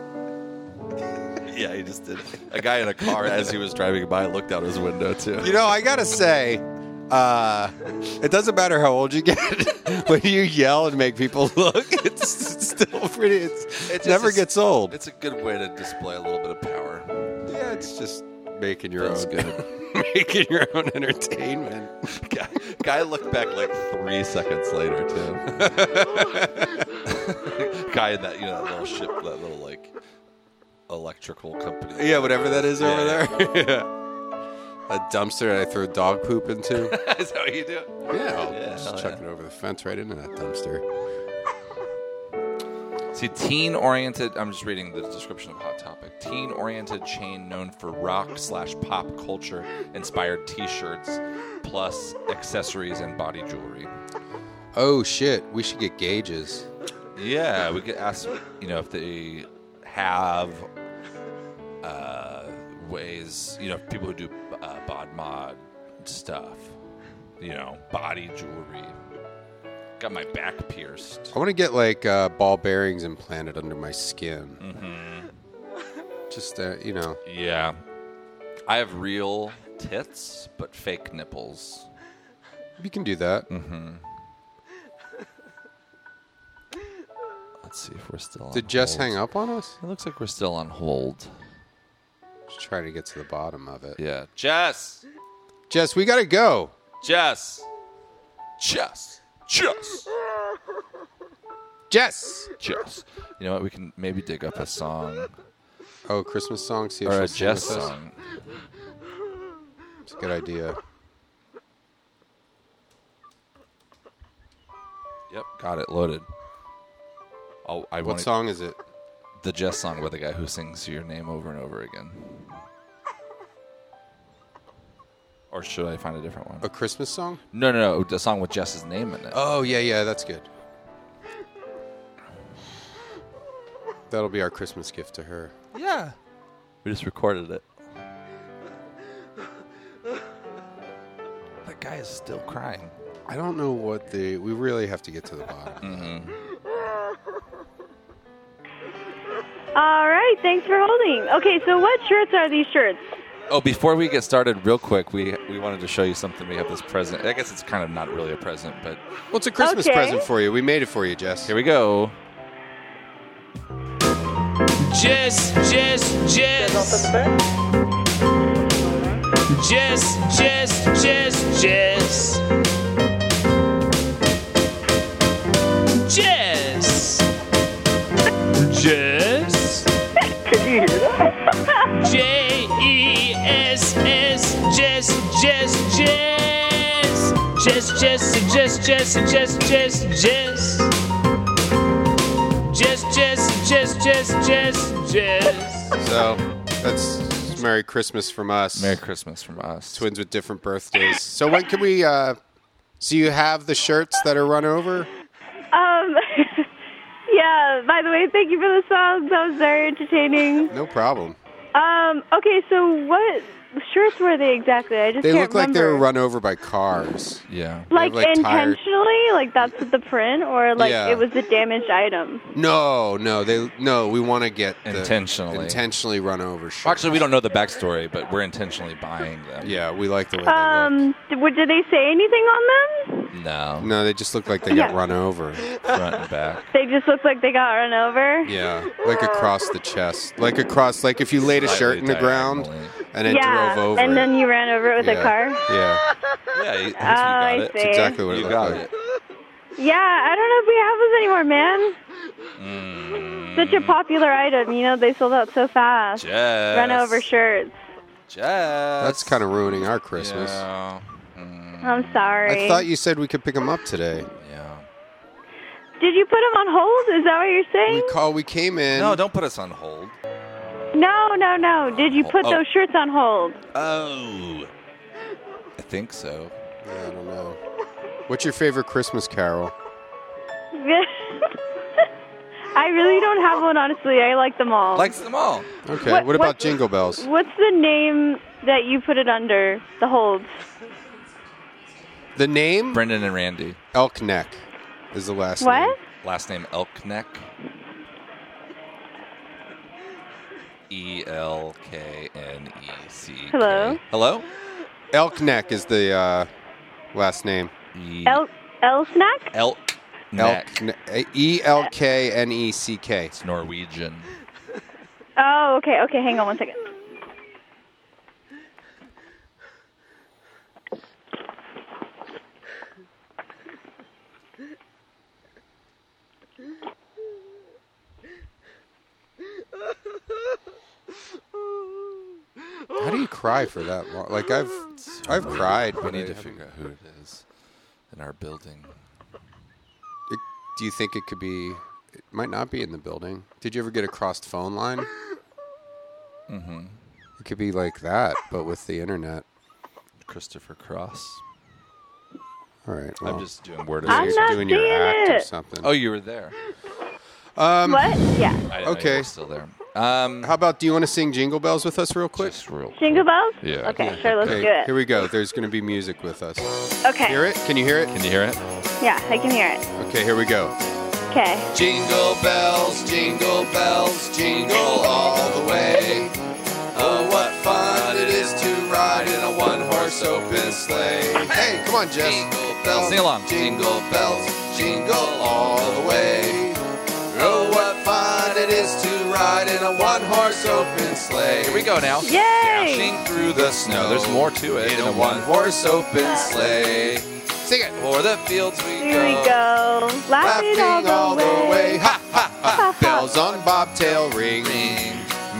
Speaker 2: yeah, he just did. A guy in a car as he was driving by looked out his window too.
Speaker 3: You know, I gotta say, uh, it doesn't matter how old you get when you yell and make people look. It's, it's still pretty. It's,
Speaker 2: It
Speaker 3: it
Speaker 2: just
Speaker 3: never
Speaker 2: is-
Speaker 3: gets old.
Speaker 2: It's a good way to display a little bit of power.
Speaker 3: yeah, it's just making your
Speaker 2: Feels
Speaker 3: own
Speaker 2: good.
Speaker 3: making your own entertainment.
Speaker 2: guy, guy looked back like three seconds later too. guy in that you know that little ship, that little like electrical company.
Speaker 3: Yeah, whatever that is over
Speaker 2: Yeah,
Speaker 3: there. A dumpster that I throw dog poop into.
Speaker 2: Is that what you do?
Speaker 3: yeah, I'll
Speaker 2: Yeah, hell
Speaker 3: just chuck it over the fence right into that dumpster.
Speaker 2: See, teen oriented. I'm just reading the description of Hot Topic. Teen oriented chain known for rock slash pop culture inspired t shirts, plus accessories and body jewelry.
Speaker 3: Oh shit, we should get gauges.
Speaker 2: Yeah, we could ask, you know, if they have uh, ways, you know, people who do uh, bod mod stuff, you know, body jewelry. Got my back pierced.
Speaker 3: I want to get like uh, ball bearings implanted under my skin.
Speaker 2: Mm-hmm.
Speaker 3: Just uh, you know,
Speaker 2: Yeah. I have real tits, but fake nipples.
Speaker 3: you can do that.
Speaker 2: Mm-hmm. Let's see if we're still on
Speaker 3: Did Jess
Speaker 2: hold.
Speaker 3: hang up on us?
Speaker 2: It looks like we're still on hold.
Speaker 3: Just trying to get to the bottom of it.
Speaker 2: Yeah. Jess!
Speaker 3: Jess, we gotta go.
Speaker 2: Jess! Jess! Jess!
Speaker 3: Jess.
Speaker 2: Jess! You know what? We can maybe dig up a song.
Speaker 3: Oh, Christmas song. See if
Speaker 2: or
Speaker 3: she'll
Speaker 2: a
Speaker 3: sing with
Speaker 2: Jess
Speaker 3: us.
Speaker 2: song.
Speaker 3: It's a good idea.
Speaker 2: Yep, got it loaded. Oh, I
Speaker 3: What
Speaker 2: want
Speaker 3: song is it?
Speaker 2: the Jess song with the guy who sings your name over and over again. or should I find a different one?
Speaker 3: A Christmas song?
Speaker 2: No, no, no. The song with Jess's name in it.
Speaker 3: Oh yeah, yeah, that's good. That'll be our Christmas gift to her.
Speaker 2: Yeah. We just recorded it. That guy is still crying.
Speaker 3: I don't know what the. We really have to get to the bottom.
Speaker 9: All right, thanks for holding. Okay, so what shirts are these shirts?
Speaker 2: Oh, before we get started, real quick, we we wanted to show you something. We have this present. I guess it's kind of not really a present, but
Speaker 3: Well, it's a Christmas
Speaker 9: Okay.
Speaker 3: present for you. We made it for you, Jess.
Speaker 2: here we go.
Speaker 1: Jess, Jess, Jess. Jess, Jess, Jess, Jess. Jess. Jess. J E S S Jess Jess Jess Jess Jess Jess Jess Jess Jess Jess Jess Jess Jess Jess Jess Jess
Speaker 3: So that's Merry Christmas from us.
Speaker 2: Merry Christmas from us.
Speaker 3: Twins with different birthdays. So when can we? uh So you have the shirts that are run over?
Speaker 9: Um, yeah, by the way, thank you for the songs. That was very entertaining.
Speaker 3: No problem.
Speaker 9: Um, okay, so what shirts were they exactly? I just
Speaker 3: They
Speaker 9: can't
Speaker 3: look like they were
Speaker 9: remember.
Speaker 3: run over by cars.
Speaker 2: Yeah.
Speaker 9: like,
Speaker 3: like, tired.
Speaker 9: intentionally, like that's the print, or like
Speaker 3: Yeah.
Speaker 9: it was a damaged item.
Speaker 3: No, no, they no. We want to get the
Speaker 2: Intentionally.
Speaker 3: intentionally run over shirts.
Speaker 2: Actually, we don't know the backstory, but we're intentionally buying them.
Speaker 3: yeah, we like the way they look.
Speaker 9: Um, did, what- did they say anything on them?
Speaker 2: No.
Speaker 3: No, they just look like they got
Speaker 9: Yeah.
Speaker 3: run over.
Speaker 2: Front and back.
Speaker 9: They just looked like they got run over.
Speaker 3: Yeah, like across the chest, like across, like if you laid a shirt in the ground
Speaker 2: diagonally.
Speaker 3: and it
Speaker 9: Yeah,
Speaker 3: drove over.
Speaker 9: and then
Speaker 3: it.
Speaker 9: you ran over it with
Speaker 3: Yeah.
Speaker 9: a car.
Speaker 3: Yeah,
Speaker 2: Yeah. You, you
Speaker 9: Oh, I
Speaker 2: got it.
Speaker 9: see.
Speaker 3: exactly what it
Speaker 2: You
Speaker 3: looked
Speaker 2: got
Speaker 3: like.
Speaker 2: it.
Speaker 9: Yeah, I don't know if we have those anymore,
Speaker 2: Mm,
Speaker 9: man. Such a
Speaker 3: Mm.
Speaker 9: popular item, you know. They sold out so fast.
Speaker 2: Jess.
Speaker 9: Run over shirts.
Speaker 2: Jess.
Speaker 3: That's kind of ruining our Christmas.
Speaker 2: Yeah. Mm,
Speaker 9: I'm sorry.
Speaker 3: Mm. I thought you said we could pick them up today.
Speaker 2: yeah.
Speaker 9: Did you put them on hold? Is that what you're
Speaker 3: We
Speaker 9: saying?
Speaker 3: call. We came in.
Speaker 2: No, don't put us on hold.
Speaker 9: No, no, no. Did you put
Speaker 2: Oh.
Speaker 9: those shirts on hold?
Speaker 2: Oh. I think so.
Speaker 3: Yeah, I don't know. What's your favorite Christmas carol?
Speaker 9: I really don't have one, honestly. I like them all.
Speaker 2: Likes them all.
Speaker 3: Okay. What,
Speaker 9: What-
Speaker 3: about
Speaker 9: what-
Speaker 3: Jingle Bells?
Speaker 9: What's the name that you put it under? The hold.
Speaker 3: The name
Speaker 2: Brendan and Randy.
Speaker 3: Elk Neck is the last name.
Speaker 9: What?
Speaker 2: Last name Elkneck. E L K N E C. K.
Speaker 9: Hello?
Speaker 2: Hello?
Speaker 3: Elk Neck is the uh, last name.
Speaker 2: E-
Speaker 9: El El snack?
Speaker 2: Elk.
Speaker 3: Elk
Speaker 2: Neck.
Speaker 3: Ne- E L K N E C K.
Speaker 2: It's Norwegian.
Speaker 9: Oh, okay, okay. Hang on one second.
Speaker 3: How do you cry for that long? Like I've I've cried.
Speaker 2: We
Speaker 3: but
Speaker 2: need
Speaker 3: I
Speaker 2: to
Speaker 3: haven't-
Speaker 2: figure out who it is in our building.
Speaker 3: It, do you think it could be? It might not be in the building. Did you ever get a crossed phone line? Mm-hmm.
Speaker 2: Mm-hmm.
Speaker 3: It could be like that, but with the internet.
Speaker 2: Christopher Cross.
Speaker 3: All right. Well,
Speaker 2: I'm just doing word
Speaker 9: I'm
Speaker 3: you're
Speaker 9: not
Speaker 3: doing your
Speaker 9: seeing
Speaker 3: act or
Speaker 9: it.
Speaker 3: something.
Speaker 2: Oh, you were there.
Speaker 9: what? Yeah.
Speaker 2: I didn't know you
Speaker 3: Okay.
Speaker 2: were still there. Um,
Speaker 3: How about? Do you want to sing Jingle Bells with us real quick?
Speaker 2: just real quick.
Speaker 9: Jingle bells?
Speaker 2: Yeah.
Speaker 9: Okay, sure. Let's
Speaker 3: Okay,
Speaker 9: do it.
Speaker 3: Here we go. There's going to be music with us.
Speaker 9: okay.
Speaker 3: Hear it? Can you hear it?
Speaker 2: Can you hear it?
Speaker 9: Yeah, I can hear it.
Speaker 3: Okay, here we go.
Speaker 9: Okay.
Speaker 7: Jingle bells, jingle bells, jingle all the way. Oh, what fun it is to ride in a one horse open sleigh.
Speaker 3: Hey, come on, Jess.
Speaker 7: Jingle bells,
Speaker 2: Sing along.
Speaker 7: Jingle bells, jingle all the way. Oh, what fun it is to ride in a one horse open sleigh.
Speaker 2: Here we go now.
Speaker 9: Yay!
Speaker 7: Dashing through the snow.
Speaker 2: No, there's more to it
Speaker 7: In
Speaker 2: than
Speaker 7: a
Speaker 2: a
Speaker 7: one horse open sleigh.
Speaker 3: Sing it.
Speaker 7: O'er the fields we
Speaker 9: Here we go. Laughing all
Speaker 7: Laughing
Speaker 9: the
Speaker 7: all the way. Ha ha ha.
Speaker 9: Ha, ha.
Speaker 3: Bells on bobtail ring,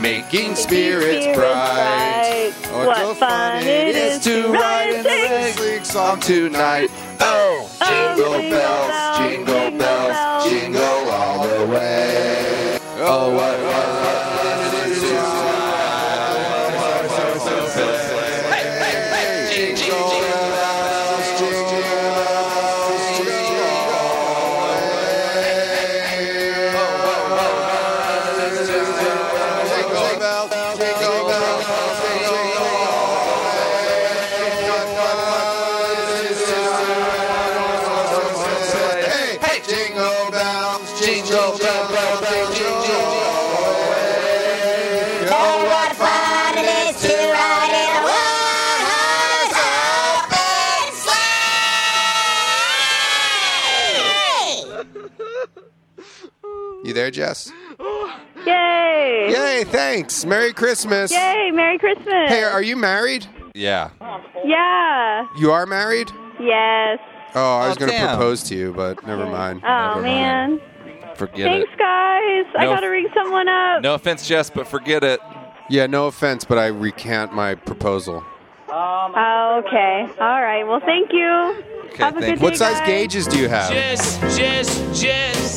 Speaker 3: making spirits
Speaker 9: Spirits
Speaker 3: bright.
Speaker 9: bright. What fun it is to ride
Speaker 3: in
Speaker 9: and sing.
Speaker 3: the sleigh song tonight. Oh,
Speaker 7: Jingle
Speaker 9: jingle
Speaker 7: bells,
Speaker 9: bells,
Speaker 7: jingle
Speaker 9: jingle
Speaker 7: bells,
Speaker 9: bells.
Speaker 7: jingle all the way. Oh, what fun it is to ride. in a one-horse open sleigh. Hey, hey, hey. Jingle jingle bell, bell, bell, jingle way. Oh, what fun it is to ride in a one-horse open sleigh!
Speaker 3: You there, Jess?
Speaker 9: Yay!
Speaker 3: Yay! Thanks. Merry Christmas.
Speaker 9: Yay! Merry Christmas.
Speaker 3: Hey, are you married?
Speaker 10: Yeah.
Speaker 9: Yeah.
Speaker 3: You are married?
Speaker 9: Yes.
Speaker 3: Oh, I was
Speaker 10: Oh,
Speaker 3: going to
Speaker 10: damn.
Speaker 3: propose to you, but never mind.
Speaker 9: Oh man.
Speaker 10: Forget
Speaker 9: Thanks,
Speaker 10: it.
Speaker 9: guys. I
Speaker 10: No.
Speaker 9: gotta ring someone up.
Speaker 10: No offense, Jess, but forget it.
Speaker 3: Yeah, no offense, but I recant my proposal.
Speaker 9: Oh, okay. All right. Well, thank you. Have a good day,
Speaker 3: What size
Speaker 9: guys.
Speaker 3: gauges do you have?
Speaker 7: Jess, Jess, Jess.